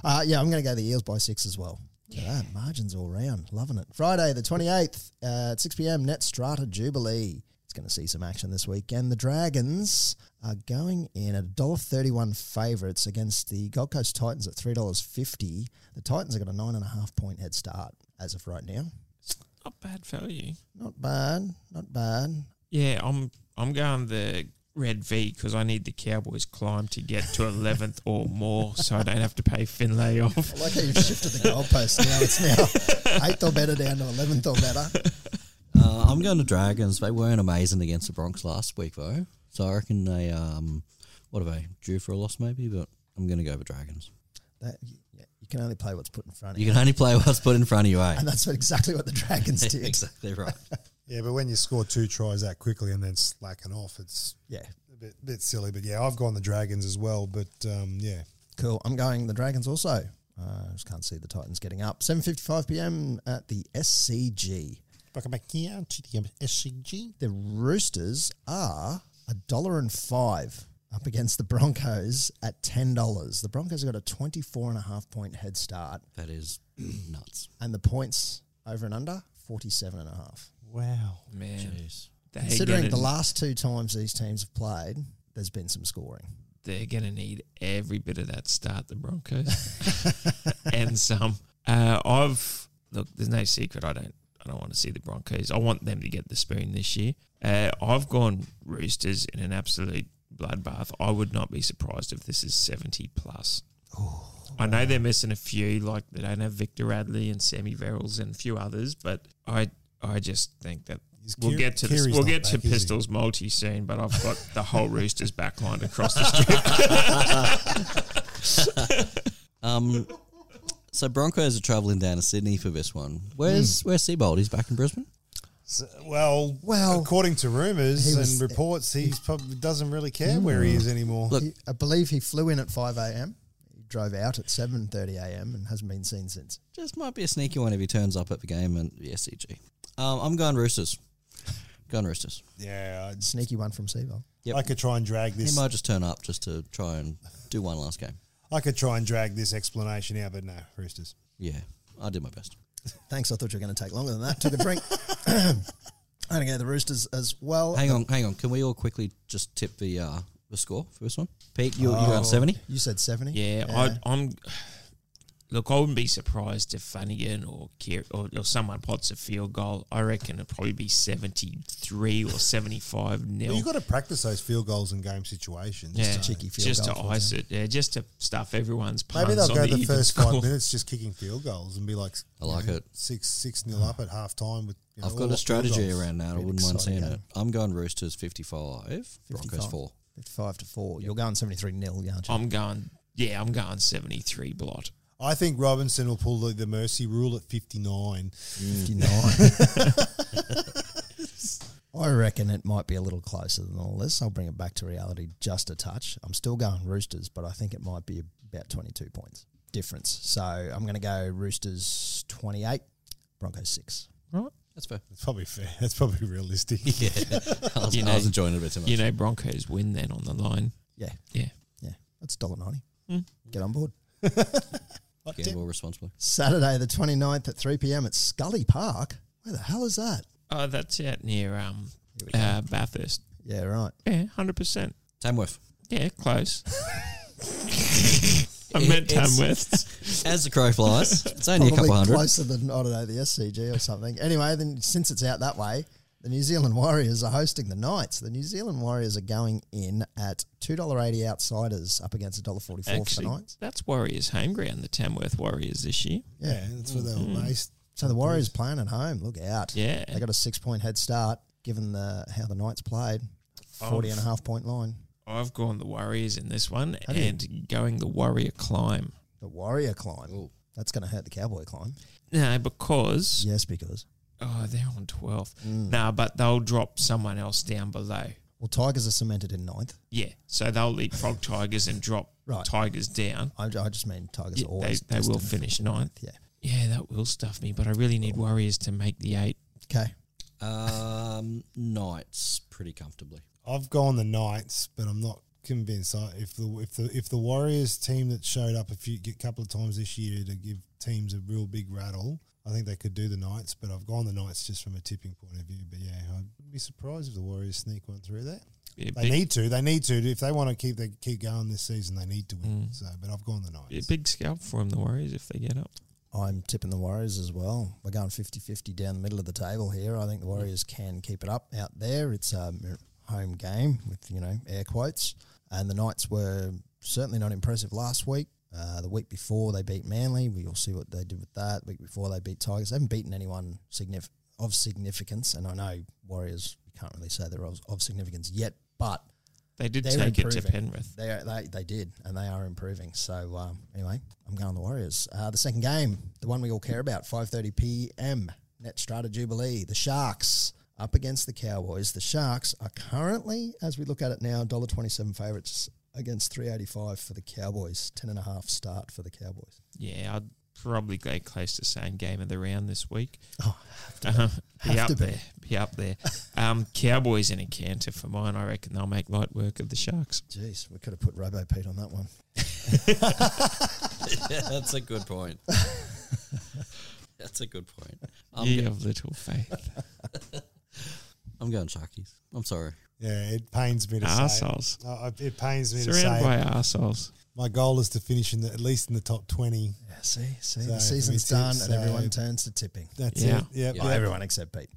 [SPEAKER 2] Uh, yeah, I'm going to go the Eels by six as well. Yeah, margins all round. Loving it. Friday, the 28th uh, at 6 p.m., Net Strata Jubilee. It's going to see some action this weekend. The Dragons are going in at $1.31 favourites against the Gold Coast Titans at $3.50. The Titans have got a nine and a half point head start as of right now.
[SPEAKER 4] Not bad value.
[SPEAKER 2] Not bad. Not bad.
[SPEAKER 4] Yeah, I'm I'm going the red V because I need the Cowboys climb to get to 11th or more, so I don't have to pay Finlay off.
[SPEAKER 2] I like how you've shifted the goalpost now. It's now eighth or better down to eleventh or better.
[SPEAKER 1] Uh, I'm going to Dragons. They weren't amazing against the Bronx last week, though. So I reckon they, um, what are they, due for a loss maybe? But I'm going to go for Dragons.
[SPEAKER 2] That, yeah, you can only play what's put in front of
[SPEAKER 1] You
[SPEAKER 2] you,
[SPEAKER 1] can only play what's put in front of you, eh?
[SPEAKER 2] and that's what, exactly what the Dragons did.
[SPEAKER 1] exactly right.
[SPEAKER 3] Yeah, but when you score two tries that quickly and then slacking off, it's
[SPEAKER 2] yeah,
[SPEAKER 3] a bit, bit silly. But yeah, I've gone the Dragons as well. But um, yeah,
[SPEAKER 2] cool. I'm going the Dragons also. Uh, I just can't see the Titans getting up. Seven fifty-five p.m. at the SCG.
[SPEAKER 3] welcome back here to the SCG.
[SPEAKER 2] The Roosters are a dollar and five up against the Broncos at ten dollars. The Broncos have got a twenty-four and a half point head start,
[SPEAKER 1] That is nuts.
[SPEAKER 2] and the points over and under forty-seven and a half.
[SPEAKER 3] Wow.
[SPEAKER 4] Man,
[SPEAKER 1] Jeez.
[SPEAKER 4] they're
[SPEAKER 2] Considering
[SPEAKER 4] gonna-
[SPEAKER 2] the last two times these teams have played, there's been some scoring.
[SPEAKER 4] they're going to need every bit of that start, the Broncos, and some. Uh, I've look. There's no secret. I don't. I don't want to see the Broncos. I want them to get the spoon this year. Uh, I've gone Roosters in an absolute bloodbath. I would not be surprised if this is seventy plus. I know they're missing a few, like they don't have Victor Radley and Sammy Verrills and a few others, but I I just think that
[SPEAKER 3] Is
[SPEAKER 4] we'll
[SPEAKER 3] Keir-
[SPEAKER 4] get to this,
[SPEAKER 3] Keiri's
[SPEAKER 4] we'll
[SPEAKER 3] not
[SPEAKER 4] get to
[SPEAKER 3] back, is he?
[SPEAKER 4] Pistols multi soon, but I've got the whole Roosters backline across the street.
[SPEAKER 1] Um, so Broncos are travelling down to Sydney for this one. Where's where's Seabold? He's back in Brisbane.
[SPEAKER 3] So, well,
[SPEAKER 2] Well,
[SPEAKER 3] well, according to rumours
[SPEAKER 2] he
[SPEAKER 3] and
[SPEAKER 2] was-
[SPEAKER 3] reports, he probably doesn't really care where he is anymore.
[SPEAKER 1] Look-
[SPEAKER 2] He, I believe he flew in at 5 a.m. He drove out at 7:30 a.m. and hasn't been seen since.
[SPEAKER 1] Just might be a sneaky one if he turns up at the game and the SCG. Um, I'm going Roosters. Going Roosters.
[SPEAKER 3] yeah, I'd-
[SPEAKER 2] Sneaky one from Seabold.
[SPEAKER 1] Yep.
[SPEAKER 3] I could try and drag
[SPEAKER 1] He
[SPEAKER 3] this.
[SPEAKER 1] might just turn up just to try and do one last game.
[SPEAKER 3] I could try and drag this explanation out, but no, Roosters.
[SPEAKER 1] Yeah, I did my best.
[SPEAKER 2] Thanks. I thought you were going to take longer than that. Took a drink. I'm going to go the Roosters as well.
[SPEAKER 1] Hang on, hang on. Can we all quickly just tip the uh, the score for this one? Pete, you, you're on 70?
[SPEAKER 2] Oh, You said 70.
[SPEAKER 4] Yeah, I, I'm. Look, I wouldn't be surprised if Funnigan or Kier, or, or someone pots a field goal. I reckon it'd probably be seventy three or seventy five nil.
[SPEAKER 3] Well, you've got to practice those field goals in game situations.
[SPEAKER 4] yeah,
[SPEAKER 3] so-
[SPEAKER 2] cheeky field
[SPEAKER 4] just
[SPEAKER 2] goal
[SPEAKER 4] to
[SPEAKER 2] for
[SPEAKER 4] ice it. Yeah, just to stuff everyone's puns.
[SPEAKER 3] Maybe they'll
[SPEAKER 4] on
[SPEAKER 3] go
[SPEAKER 4] the,
[SPEAKER 3] the
[SPEAKER 4] even
[SPEAKER 3] first
[SPEAKER 4] score.
[SPEAKER 3] five minutes just kicking field goals and be like,
[SPEAKER 1] I like it.
[SPEAKER 3] six six nil up at half time. With you know,
[SPEAKER 1] I've
[SPEAKER 3] all
[SPEAKER 1] got a
[SPEAKER 3] lost field
[SPEAKER 1] strategy
[SPEAKER 3] goals.
[SPEAKER 1] around that. I
[SPEAKER 2] Pretty
[SPEAKER 1] wouldn't mind
[SPEAKER 2] exciting eh?
[SPEAKER 1] seeing it.
[SPEAKER 2] game.
[SPEAKER 1] I'm going Roosters 55, Broncos
[SPEAKER 2] 55.
[SPEAKER 1] 4.
[SPEAKER 2] 55 to 4. You're going 73 nil, aren't you?
[SPEAKER 4] I'm going. Yeah, I'm going seventy three blot.
[SPEAKER 3] I think Robinson will pull the, the mercy rule at fifty nine.
[SPEAKER 2] 59. I reckon it might be a little closer than all this. I'll bring it back to reality just a touch. I'm still going Roosters, but I think it might be about 22 points difference. So I'm going to go Roosters 28, Broncos 6.
[SPEAKER 4] Right.
[SPEAKER 1] That's fair.
[SPEAKER 3] It's probably fair. That's probably realistic.
[SPEAKER 1] Yeah, I was,
[SPEAKER 4] You
[SPEAKER 1] I was
[SPEAKER 4] know-
[SPEAKER 1] enjoying it a bit too much.
[SPEAKER 4] You know, Broncos win then on the line.
[SPEAKER 2] Yeah.
[SPEAKER 4] Yeah.
[SPEAKER 2] Yeah. That's $1.90.
[SPEAKER 4] Mm.
[SPEAKER 2] Get on board.
[SPEAKER 3] Hot tip.
[SPEAKER 1] Gamble responsibly.
[SPEAKER 2] Saturday, the 29th at 3 p.m. at Scully Park. Where the hell is that?
[SPEAKER 4] Oh, that's out near um
[SPEAKER 2] Here we go.
[SPEAKER 4] uh, Bathurst.
[SPEAKER 2] yeah, right.
[SPEAKER 4] Yeah, hundred percent.
[SPEAKER 1] Tamworth.
[SPEAKER 4] Yeah, close. I
[SPEAKER 1] It-
[SPEAKER 4] meant
[SPEAKER 1] it's-
[SPEAKER 4] Tamworth.
[SPEAKER 1] As the crow flies, it's only a
[SPEAKER 2] Probably
[SPEAKER 1] couple hundred.
[SPEAKER 2] closer than, I don't know, the SCG or something. Anyway, then since it's out that way, the New Zealand Warriors are hosting the Knights. The New Zealand Warriors are going in at $2.80 outsiders up against $1.44 for the
[SPEAKER 4] Actually,
[SPEAKER 2] Knights.
[SPEAKER 4] that's Warriors' home ground, the Tamworth Warriors this year.
[SPEAKER 2] Yeah.
[SPEAKER 3] Yeah, that's where they
[SPEAKER 4] Mm-hmm.
[SPEAKER 3] were based.
[SPEAKER 2] So the Warriors playing at home. Look out.
[SPEAKER 4] Yeah.
[SPEAKER 2] They got a six point head start given the how the Knights played.
[SPEAKER 4] Oh,
[SPEAKER 2] 40 and a half point line.
[SPEAKER 4] I've gone the Warriors in this one
[SPEAKER 2] Have you?
[SPEAKER 4] and going the Warrior climb.
[SPEAKER 2] The Warrior climb. That's going to hurt the Cowboy climb.
[SPEAKER 4] No, because
[SPEAKER 2] Yes, because.
[SPEAKER 4] oh, they're on 12th.
[SPEAKER 2] Mm.
[SPEAKER 4] No, but they'll drop someone else down below.
[SPEAKER 2] Well, Tigers are cemented in ninth.
[SPEAKER 4] Yeah, so they'll leapfrog Tigers and drop
[SPEAKER 2] Right.
[SPEAKER 4] Tigers down.
[SPEAKER 2] I, I just mean Tigers
[SPEAKER 4] Yeah,
[SPEAKER 2] are always.
[SPEAKER 4] they, they will
[SPEAKER 2] destined
[SPEAKER 4] finish
[SPEAKER 2] for
[SPEAKER 4] ninth.
[SPEAKER 2] Yeah.
[SPEAKER 4] Yeah, that will stuff me, but I really need Warriors to make the eight.
[SPEAKER 2] Okay.
[SPEAKER 1] Um, Knights pretty comfortably.
[SPEAKER 3] I've gone the Knights, but I'm not convinced. I, if the if the if the Warriors team that showed up a few a couple of times this year to give teams a real big rattle, I think they could do the Knights. But I've gone the Knights just from a tipping point of view. But yeah, I'd be surprised if the Warriors sneak one through there.
[SPEAKER 4] Be a
[SPEAKER 3] They
[SPEAKER 4] big,
[SPEAKER 3] need to. They need to if they want to keep they keep going this season. They need to
[SPEAKER 4] Mm.
[SPEAKER 3] win. So, but I've gone the
[SPEAKER 4] be a
[SPEAKER 3] Knights.
[SPEAKER 4] big scalp for them, the Warriors, if they get up.
[SPEAKER 2] I'm tipping the Warriors as well. We're going 50 50 down the middle of the table here. I think the Warriors can keep it up out there. It's a m- home game with, you know, air quotes. And the Knights were certainly not impressive last week. Uh, the week before they beat Manly. We'll see what they did with that. week before they beat Tigers. They haven't beaten anyone signif- of significance. And I know Warriors, you can't really say they're of, of significance yet, but
[SPEAKER 4] They did
[SPEAKER 2] They're
[SPEAKER 4] take it to
[SPEAKER 2] improving.
[SPEAKER 4] Penrith.
[SPEAKER 2] they, they they did, and they are improving. So um, anyway, I'm going the Warriors. Uh, the second game, the one we all care about, 5:30 p.m. Net Strata Jubilee. The Sharks up against the Cowboys. The Sharks are currently, as we look at it now, $1.27 favourites against 385 for the Cowboys. Ten and a half start for the Cowboys.
[SPEAKER 4] Yeah, I'd probably go close to same game of the round this week.
[SPEAKER 2] Oh,
[SPEAKER 4] Uh,
[SPEAKER 2] Have
[SPEAKER 4] be
[SPEAKER 2] to
[SPEAKER 4] up
[SPEAKER 2] be.
[SPEAKER 4] there. Be up there. Um, Cowboys in a canter for mine. I reckon they'll make light work of the Sharks.
[SPEAKER 2] jeez, we could have put Robo Pete on that one.
[SPEAKER 1] yeah, that's a good point. that's a good point. I'm,
[SPEAKER 4] Ye
[SPEAKER 1] go-
[SPEAKER 4] of little faith.
[SPEAKER 1] I'm going Sharkies. I'm sorry.
[SPEAKER 3] Yeah, it pains me to say. It.
[SPEAKER 4] arseholes.
[SPEAKER 3] Uh, it pains me to
[SPEAKER 4] Surrounded
[SPEAKER 3] say.
[SPEAKER 4] by arseholes.
[SPEAKER 3] My goal is to finish in the, at least in the top twenty.
[SPEAKER 2] Yeah, see, see,
[SPEAKER 3] So,
[SPEAKER 2] the season's
[SPEAKER 3] it's-
[SPEAKER 2] done,
[SPEAKER 3] it's,
[SPEAKER 2] and everyone
[SPEAKER 3] uh,
[SPEAKER 2] turns to tipping.
[SPEAKER 3] That's
[SPEAKER 4] Yeah.
[SPEAKER 3] it. Yep.
[SPEAKER 1] Yeah.
[SPEAKER 2] Well, everyone except Pete.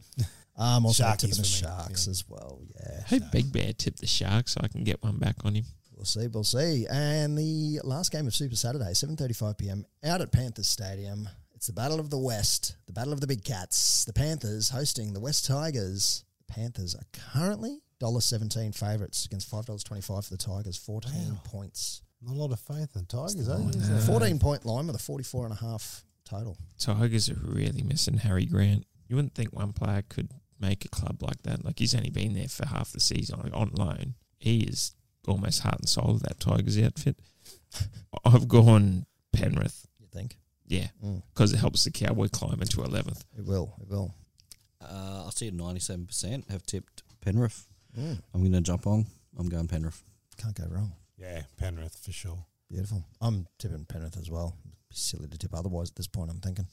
[SPEAKER 2] Um, also
[SPEAKER 3] Sharkies
[SPEAKER 2] tipping the
[SPEAKER 3] for me,
[SPEAKER 2] Sharks
[SPEAKER 3] yeah.
[SPEAKER 2] as well. Yeah.
[SPEAKER 4] Who Big Bear tipped the Sharks? I can get one back on him.
[SPEAKER 2] We'll see, we'll see. And the last game of Super Saturday, 7.35 p.m. out at Panthers Stadium. It's the Battle of the West, the Battle of the Big Cats. The Panthers hosting the West Tigers. The Panthers are currently $1.17 favourites against $5.25 for the Tigers, 14 points.
[SPEAKER 3] Not a lot of faith in Tigers, eh? Is that-
[SPEAKER 2] 14-point line with a 44 and a half total.
[SPEAKER 4] Tigers are really missing Harry Grant. You wouldn't think one player could make a club like that. Like he's only been there for half the season on- on loan. He is almost heart and soul of that Tigers outfit. I've gone Penrith.
[SPEAKER 2] You think?
[SPEAKER 4] Yeah,
[SPEAKER 2] Mm,
[SPEAKER 4] because it helps the Cowboy climb into 11th.
[SPEAKER 2] it will, it will.
[SPEAKER 1] Uh, I see it 97% have tipped Penrith.
[SPEAKER 2] Mm,
[SPEAKER 1] I'm going to jump on. I'm going Penrith.
[SPEAKER 2] can't go wrong.
[SPEAKER 3] Yeah, Penrith for sure.
[SPEAKER 2] Beautiful. I'm tipping Penrith as well. Silly to tip otherwise at this point, I'm thinking.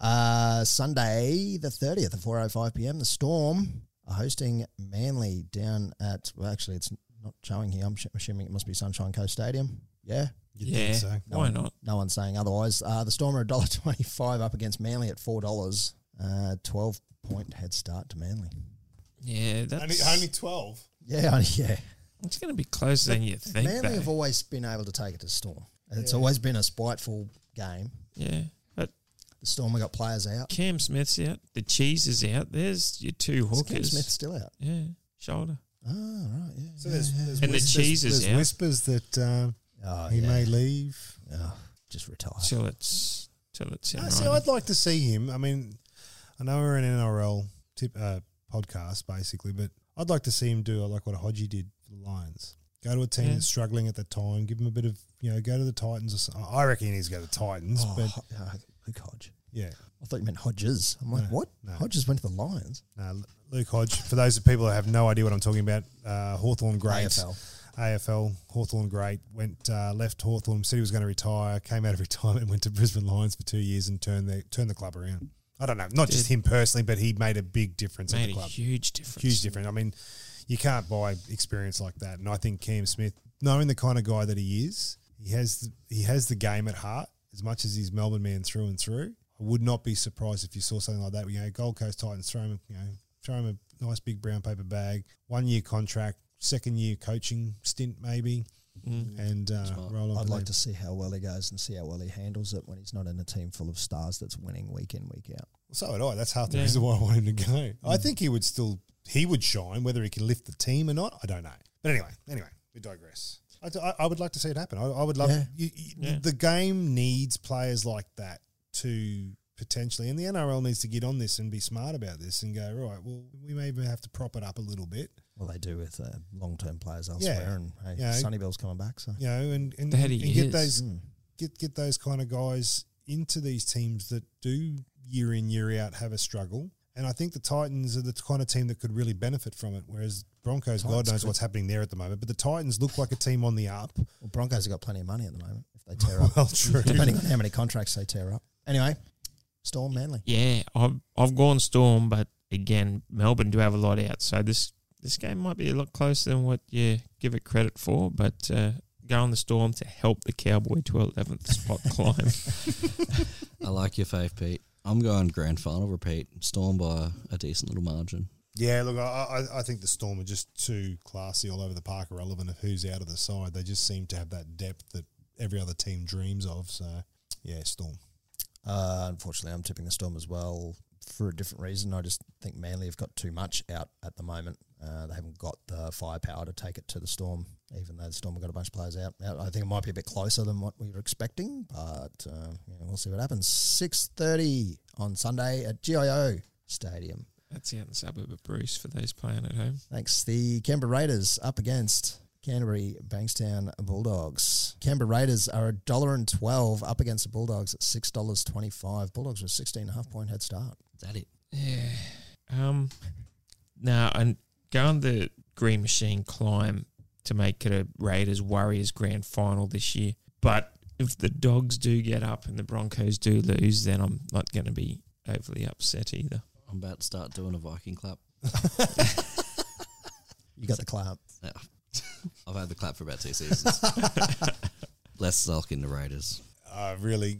[SPEAKER 2] Uh, Sunday, the 30th at 4.05 p.m., the Storm are hosting Manly down at, well, actually, it's not showing here. I'm sh- assuming it must be Sunshine Coast Stadium. Yeah,
[SPEAKER 3] You'd
[SPEAKER 4] yeah,
[SPEAKER 3] think so.
[SPEAKER 4] why not?
[SPEAKER 2] no one's saying otherwise. Uh, the Storm are $1.25 up against Manly at $4. Uh, 12 point head start to Manly.
[SPEAKER 4] Yeah,
[SPEAKER 3] Only,
[SPEAKER 4] that's
[SPEAKER 3] only 12.
[SPEAKER 2] Yeah, yeah.
[SPEAKER 4] it's going to be closer than you think.
[SPEAKER 2] Manly have
[SPEAKER 4] though.
[SPEAKER 2] always been able to take it to Storm. It's
[SPEAKER 3] Yeah.
[SPEAKER 2] always been a spiteful game.
[SPEAKER 4] yeah, but
[SPEAKER 2] The Storm have got players out.
[SPEAKER 4] Cam Smith's out. The cheese is out. There's your two
[SPEAKER 2] Is Cam
[SPEAKER 4] hookers.
[SPEAKER 2] Smith still out?
[SPEAKER 4] Yeah, shoulder.
[SPEAKER 2] Oh, right, yeah.
[SPEAKER 3] So there's, there's
[SPEAKER 4] And the
[SPEAKER 3] whispers,
[SPEAKER 4] cheese is
[SPEAKER 3] there's
[SPEAKER 4] out.
[SPEAKER 3] whispers that um,
[SPEAKER 2] Oh,
[SPEAKER 3] he
[SPEAKER 2] yeah.
[SPEAKER 3] may leave.
[SPEAKER 2] Oh, just retire.
[SPEAKER 4] Till it's till it's
[SPEAKER 3] No,
[SPEAKER 4] in.
[SPEAKER 3] see, I'd like to see him. I mean, I know we're an NRL tip, uh, podcast, basically. But I'd like to see him do uh, like what Hodgie did for the Lions. Go to a team
[SPEAKER 4] Yeah.
[SPEAKER 3] that's struggling at the time. Give him a bit of you know. Go to the Titans. Or so- I reckon he needs to go to the Titans.
[SPEAKER 2] Oh,
[SPEAKER 3] But
[SPEAKER 2] Ho- uh, Luke Hodge.
[SPEAKER 3] yeah,
[SPEAKER 2] I thought you meant Hodges. I'm like,
[SPEAKER 3] No,
[SPEAKER 2] what?
[SPEAKER 3] no.
[SPEAKER 2] Hodges went to the Lions.
[SPEAKER 3] no, Lu- Uh, Luke Hodge. For those of people that have no idea what I'm talking about, uh, Hawthorne greats.
[SPEAKER 2] AFL.
[SPEAKER 3] AFL, Hawthorn great, went uh, left Hawthorn, said he was going to retire, came out of retirement and went to Brisbane Lions for two years and turned the turned the club around. I don't know, not just him personally, but he made a big difference at
[SPEAKER 4] Made
[SPEAKER 3] the
[SPEAKER 4] a
[SPEAKER 3] club.
[SPEAKER 4] huge difference.
[SPEAKER 3] Huge difference. I mean, you can't buy experience like that. And I think Cam Smith, knowing the kind of guy that he is, he has the, he has the game at heart as much as he's Melbourne man through and through. I would not be surprised if you saw something like that. You know, Gold Coast Titans throw him, you know, throw him a nice big brown paper bag, one year contract, second year coaching stint maybe, and uh, roll on.
[SPEAKER 2] Mm. I'd
[SPEAKER 3] from
[SPEAKER 2] like
[SPEAKER 3] there.
[SPEAKER 2] to see how well he goes and see how well he handles it when he's not in a team full of stars that's winning week in, week out.
[SPEAKER 3] So would I. That's half the
[SPEAKER 4] Yeah.
[SPEAKER 3] reason why I want him to go. I think he would still he would shine whether he can lift the team or not. I don't know. But anyway, anyway, we digress. I, d- I- I would like to see it happen. I, I would love
[SPEAKER 2] Yeah.
[SPEAKER 3] you, you,
[SPEAKER 4] Yeah.
[SPEAKER 3] the game needs players like that to potentially, and the NRL needs to get on this and be smart about this and go right. Well, we may even have to prop it up a little bit,
[SPEAKER 2] Well, they do with uh, long term players elsewhere. And hey,
[SPEAKER 3] Yeah.
[SPEAKER 2] Sunnyville's coming back. So,
[SPEAKER 3] you know, and and,
[SPEAKER 4] That
[SPEAKER 3] and
[SPEAKER 4] he
[SPEAKER 3] get
[SPEAKER 4] is.
[SPEAKER 3] those
[SPEAKER 2] Mm.
[SPEAKER 3] get get those kind of guys into these teams that do year in year out have a struggle. And I think the Titans are the kind of team that could really benefit from it. Whereas Broncos, God
[SPEAKER 2] Titans
[SPEAKER 3] knows
[SPEAKER 2] could.
[SPEAKER 3] what's happening there at the moment. But the Titans look like a team on the up.
[SPEAKER 2] Well, Broncos have got plenty of money at the moment if they tear up,
[SPEAKER 3] Well, true.
[SPEAKER 2] depending on how many contracts they tear up. Anyway, Storm Manly.
[SPEAKER 4] Yeah, I've I've gone Storm, but again, Melbourne do have a lot out. So this this game might be a lot closer than what you give it credit for. But uh, go on the Storm to help the Cowboy to eleventh spot climb.
[SPEAKER 1] I like your faith, Pete. I'm going grand final repeat, Storm by a decent little margin.
[SPEAKER 3] Yeah, look, I, I, I think the Storm are just too classy all over the park, irrelevant of who's out of the side. They just seem to have that depth that every other team dreams of. So, yeah, Storm.
[SPEAKER 2] Uh, unfortunately, I'm tipping the Storm as well for a different reason. I just think Manly have got too much out at the moment. Uh, they haven't got the firepower to take it to the Storm, even though the Storm have got a bunch of players out. Now, I think it might be a bit closer than what we were expecting, but uh, yeah, we'll see what happens. 6.30 on Sunday at GIO Stadium.
[SPEAKER 4] That's out in the suburb of Bruce for those playing at home.
[SPEAKER 2] Thanks. The Canberra Raiders up against Canterbury Bankstown Bulldogs. Canberra Raiders are a dollar and twelve up against the Bulldogs at six dollars twenty five. Bulldogs with sixteen and a half point head start.
[SPEAKER 1] Is that it?
[SPEAKER 4] Yeah. Um. Now and go on the Green Machine climb to make it a Raiders Warriors grand final this year. But if the Dogs do get up and the Broncos do lose, then I'm not going to be overly upset either.
[SPEAKER 1] I'm about to start doing a Viking clap.
[SPEAKER 2] You got the clap.
[SPEAKER 1] Yeah. I've had the clap for about two seasons. Let's sulk in the Raiders.
[SPEAKER 3] Uh, really,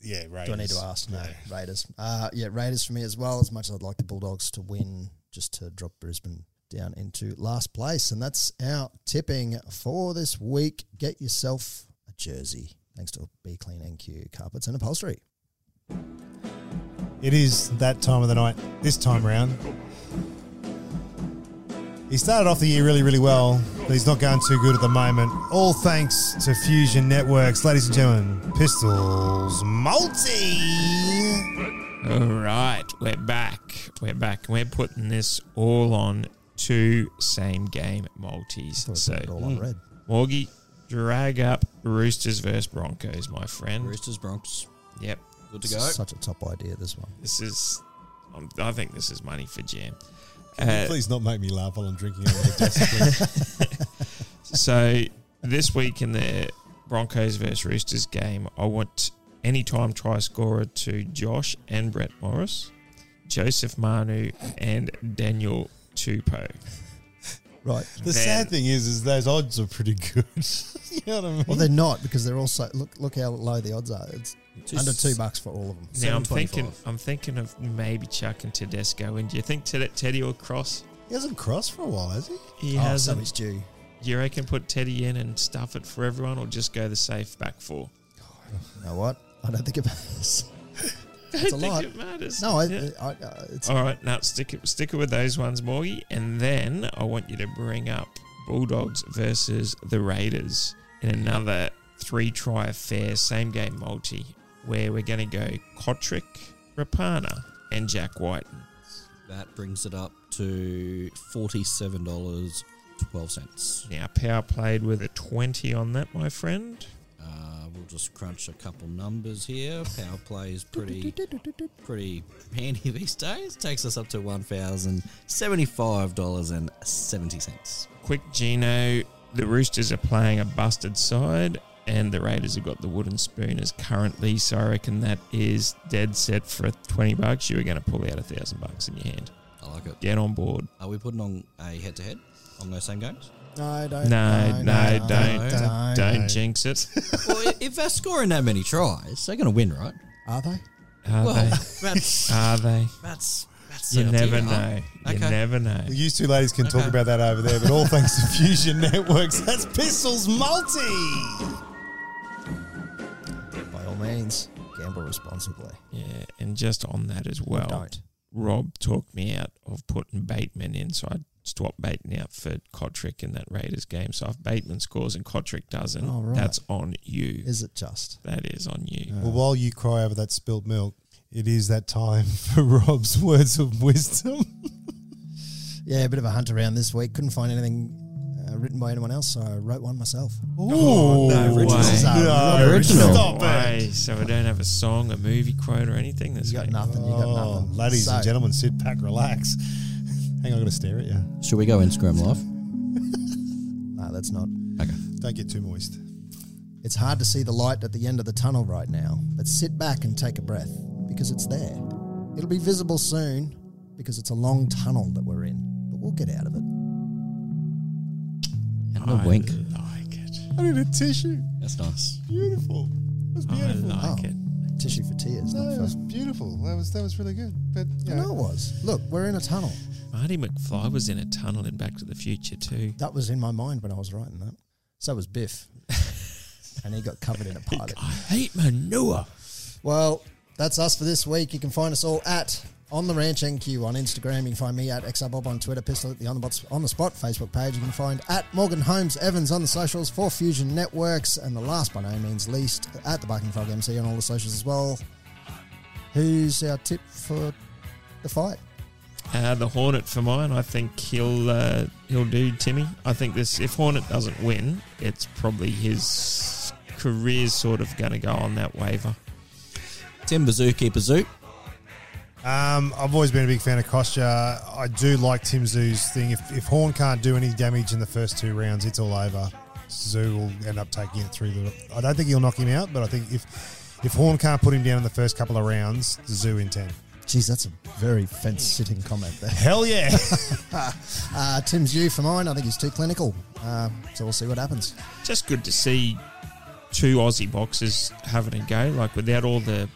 [SPEAKER 3] yeah, Raiders.
[SPEAKER 2] Do I need to ask? No, Raiders. Uh, yeah, Raiders for me as well. As much as I'd like the Bulldogs to win, just to drop Brisbane down into last place, and that's our tipping for this week. Get yourself a jersey. Thanks to Be Clean NQ Carpets and Upholstery.
[SPEAKER 3] It is that time of the night this time round. He started off the year really, really well, but he's not going too good at the moment. All thanks to Fusion Networks, ladies and gentlemen. Pistols Multi.
[SPEAKER 4] All right, we're back. We're back. We're putting this all on two same game multis.
[SPEAKER 2] Thought I
[SPEAKER 4] So,
[SPEAKER 2] put it all on red.
[SPEAKER 4] Morgie, drag up Roosters versus Broncos, my friend.
[SPEAKER 1] Roosters, Bronx.
[SPEAKER 4] Yep,
[SPEAKER 1] Good to go.
[SPEAKER 2] Such a top idea, this one.
[SPEAKER 4] this is. I'm, I think this is money for Jam. Uh,
[SPEAKER 3] Please not make me laugh while I'm drinking over the desk.
[SPEAKER 4] so this week in the Broncos versus Roosters game, I want any time try scorer to Josh and Brett Morris, Joseph Manu, and Daniel Tupou.
[SPEAKER 2] Right.
[SPEAKER 3] the sad thing is, is those odds are pretty good. you know what I mean?
[SPEAKER 2] Well, they're not because they're also look look how low the odds are. It's
[SPEAKER 1] Two
[SPEAKER 2] under two
[SPEAKER 1] s-
[SPEAKER 2] bucks for all of them.
[SPEAKER 4] Now I'm thinking,
[SPEAKER 1] 7.25.
[SPEAKER 4] I'm thinking of maybe chucking Tedesco in. Do you think Ted, Teddy will cross?
[SPEAKER 3] he hasn't crossed for a while, has he?
[SPEAKER 4] He
[SPEAKER 2] oh, so
[SPEAKER 4] hasn't.
[SPEAKER 2] it's due.
[SPEAKER 4] Do you reckon put Teddy in and stuff it for everyone, or just go the safe back four?
[SPEAKER 2] You know what? I don't think it matters. It's a
[SPEAKER 4] I think
[SPEAKER 2] lot.
[SPEAKER 4] it matters.
[SPEAKER 2] No, I,
[SPEAKER 4] Yeah.
[SPEAKER 2] I, I it's
[SPEAKER 4] All right, now stick it, stick it with those ones, Morgie, and then I want you to bring up Bulldogs versus the Raiders in another three try affair, same game multi, where we're going to go Kotrick, Rapana, and Jack White.
[SPEAKER 1] That brings it up to forty-seven dollars twelve cents.
[SPEAKER 4] Now, Power played with a 20 on that, my friend.
[SPEAKER 1] Uh, we'll just crunch a couple numbers here. Power play is pretty, pretty handy these days. Takes us up to one thousand seventy-five dollars and seventy cents.
[SPEAKER 4] Quick Gino, the Roosters are playing a busted side, and the Raiders have got the wooden spoon as currently. So I reckon that is dead set for 20 bucks. You were going to pull out a thousand bucks in your hand.
[SPEAKER 1] I like it.
[SPEAKER 4] Get on board.
[SPEAKER 1] Are we putting on a head-to-head on those same games?
[SPEAKER 2] No,
[SPEAKER 4] No,
[SPEAKER 2] don't.
[SPEAKER 4] no, don't,
[SPEAKER 1] don't,
[SPEAKER 4] don't,
[SPEAKER 3] no.
[SPEAKER 4] jinx it.
[SPEAKER 1] well, i- if they're scoring that many tries, they're going to win, right?
[SPEAKER 2] Are they?
[SPEAKER 4] Are
[SPEAKER 1] well,
[SPEAKER 4] they?
[SPEAKER 1] that's
[SPEAKER 4] Are they?
[SPEAKER 1] that's that's
[SPEAKER 4] You
[SPEAKER 1] the
[SPEAKER 4] never
[SPEAKER 1] idea.
[SPEAKER 4] know. You
[SPEAKER 1] Okay.
[SPEAKER 4] never know.
[SPEAKER 3] You two ladies can talk
[SPEAKER 1] Okay.
[SPEAKER 3] about that over there, but all thanks to Fusion Networks, that's Pistols Multi.
[SPEAKER 2] By all means, gamble responsibly.
[SPEAKER 4] Yeah, and just on that as well.
[SPEAKER 2] Don't.
[SPEAKER 4] Rob talked me out of putting Bateman in, so I swapped Bateman out for Kotrick in that Raiders game. So if Bateman scores and Kotrick doesn't,
[SPEAKER 2] Oh, right.
[SPEAKER 4] that's on you.
[SPEAKER 2] Is Uh, it just?
[SPEAKER 4] that is on you.
[SPEAKER 3] Well, while you cry over that spilt milk, it is that time for Rob's words of wisdom.
[SPEAKER 2] Yeah, a bit of a hunt around this week. Couldn't find anything uh, written by anyone else, so I wrote one myself.
[SPEAKER 3] Oh,
[SPEAKER 4] no way.
[SPEAKER 3] This is
[SPEAKER 2] No,
[SPEAKER 3] no,
[SPEAKER 2] original.
[SPEAKER 3] Stop
[SPEAKER 4] Way. So I don't have a song, a movie quote, or anything. This
[SPEAKER 2] You got
[SPEAKER 4] week.
[SPEAKER 2] nothing. You got
[SPEAKER 3] Oh,
[SPEAKER 2] nothing.
[SPEAKER 3] ladies
[SPEAKER 2] So,
[SPEAKER 3] and gentlemen, sit back, relax. Hang on, I'm going to stare at you.
[SPEAKER 1] Should we go Instagram live?
[SPEAKER 2] No, that's not.
[SPEAKER 1] Okay.
[SPEAKER 3] Don't get too moist.
[SPEAKER 2] It's hard to see the light at the end of the tunnel right now, but sit back and take a breath because it's there. It'll be visible soon because it's a long tunnel that we're in, but we'll get out of it.
[SPEAKER 1] And
[SPEAKER 4] I
[SPEAKER 1] a wink.
[SPEAKER 4] like it.
[SPEAKER 3] I need a tissue.
[SPEAKER 1] That's nice.
[SPEAKER 3] Beautiful. That was
[SPEAKER 4] I
[SPEAKER 3] beautiful.
[SPEAKER 4] like
[SPEAKER 2] Oh.
[SPEAKER 4] it.
[SPEAKER 2] Tissue for tears,
[SPEAKER 3] No,
[SPEAKER 2] not
[SPEAKER 3] it
[SPEAKER 2] for.
[SPEAKER 3] was beautiful. That was that was really good. But you
[SPEAKER 2] I know it
[SPEAKER 3] know,
[SPEAKER 2] was. Look, we're in a tunnel.
[SPEAKER 4] Marty McFly was in a tunnel in Back to the Future too.
[SPEAKER 2] That was in my mind when I was writing that. So was Biff. and he got covered in a pilot.
[SPEAKER 4] I hate manure.
[SPEAKER 2] Well, that's us for this week. You can find us all at on the ranch NQ on Instagram. You can find me at XRBob on Twitter, Pistol at the on the bots on the spot Facebook page. You can find at Morgan Holmes Evans on the socials for Fusion Networks, and the last by no means least at the Barking Frog MC on all the socials as well. Who's our tip for the fight?
[SPEAKER 4] Uh, the Hornet for mine. I think he'll uh, he'll do Timmy. I think this if Hornet doesn't win, it's probably his career's sort of going to go on that waiver.
[SPEAKER 1] Tim Bazoo, keep a zoo.
[SPEAKER 3] um, I've always been a big fan of Kostya. I do like Tim Zoo's thing. If, if Horn can't do any damage in the first two rounds, it's all over. Zoo will end up taking it through the. I don't think he'll knock him out, but I think if if Horn can't put him down in the first couple of rounds, Zoo in ten.
[SPEAKER 2] Geez, that's a very fence sitting comment there.
[SPEAKER 3] Hell yeah!
[SPEAKER 2] Uh, Tim's you for mine. I think he's too clinical. Uh, so we'll see what happens.
[SPEAKER 4] Just good to see two Aussie boxers having a go. Like without all the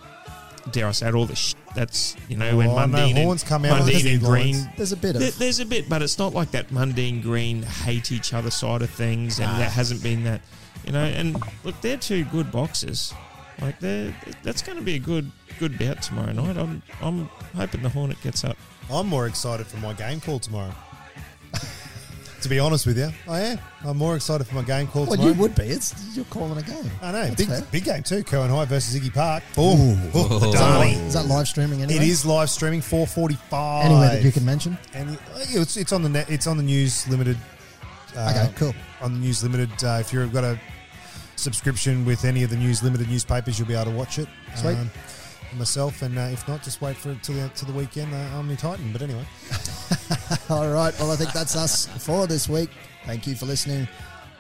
[SPEAKER 4] dare I say it, all the sh- that's you know when
[SPEAKER 3] Oh, I know.
[SPEAKER 4] Mundine
[SPEAKER 3] Horn's
[SPEAKER 4] and,
[SPEAKER 3] come out with
[SPEAKER 4] Mundine
[SPEAKER 3] the
[SPEAKER 4] and Green.
[SPEAKER 3] headlines.
[SPEAKER 2] There's a bit
[SPEAKER 4] There-
[SPEAKER 2] of
[SPEAKER 4] There's a bit, but it's not like that Mundine Green hate each other side of things, and there hasn't been that, you know. And look, they're two good boxers. Like they're that's going to be a good good bout tomorrow night. I'm I'm hoping the Hornet gets up.
[SPEAKER 3] I'm more excited for my game call tomorrow. to be honest with you, I am. I'm more excited for my game call
[SPEAKER 2] well,
[SPEAKER 3] tomorrow.
[SPEAKER 2] you would be. It's you're calling a game.
[SPEAKER 3] I know,
[SPEAKER 2] That's
[SPEAKER 3] big,
[SPEAKER 2] fair.
[SPEAKER 3] big game too. Cohen High versus Iggy Park. Oh, oh, the
[SPEAKER 1] Ooh.
[SPEAKER 3] derby.
[SPEAKER 2] Is that live streaming anyway?
[SPEAKER 3] It is live streaming 4:45.
[SPEAKER 2] Anywhere that you can mention.
[SPEAKER 3] and uh, it's, it's on the net. It's on the News Limited. Uh,
[SPEAKER 2] Okay, cool.
[SPEAKER 3] On the News Limited, uh, if you've got a subscription with any of the News Limited newspapers, you'll be able to watch it. um,
[SPEAKER 2] Sweet.
[SPEAKER 3] myself, and uh, if not, just wait for it till the, till the weekend. Uh, Omni Titan. But anyway.
[SPEAKER 2] All right. Well, I think that's us for this week. Thank you for listening.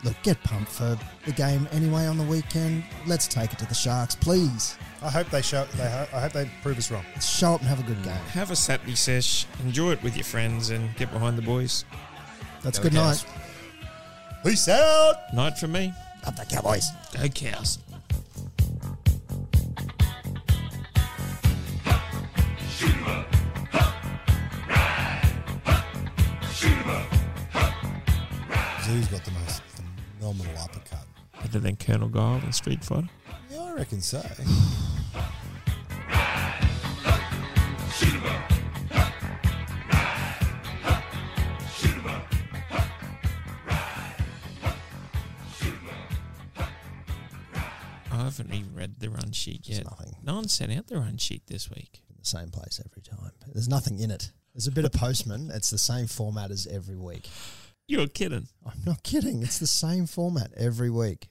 [SPEAKER 2] Look, get pumped for the game anyway on the weekend. Let's take it to the Sharks, please.
[SPEAKER 3] I hope they show. They ho- I hope they prove us wrong.
[SPEAKER 2] Let's show up and have a good game.
[SPEAKER 3] Mm.
[SPEAKER 4] Have a Saturday sesh, enjoy it with your friends, and get behind the boys.
[SPEAKER 2] That's good night.
[SPEAKER 3] Peace out.
[SPEAKER 4] Night from me.
[SPEAKER 2] Up the Cowboys.
[SPEAKER 4] Go cows.
[SPEAKER 3] Zoo's got the most phenomenal uppercut.
[SPEAKER 4] Better than Colonel Guile and Street Fighter.
[SPEAKER 3] Yeah, I reckon so.
[SPEAKER 4] I haven't even read the run sheet
[SPEAKER 2] There's
[SPEAKER 4] yet.
[SPEAKER 2] nothing
[SPEAKER 4] No one sent out the run sheet this week.
[SPEAKER 2] in the same place every time. There's nothing in it. There's a bit of postman. It's the same format as every week.
[SPEAKER 4] You're kidding.
[SPEAKER 2] I'm not kidding. It's the same format every week.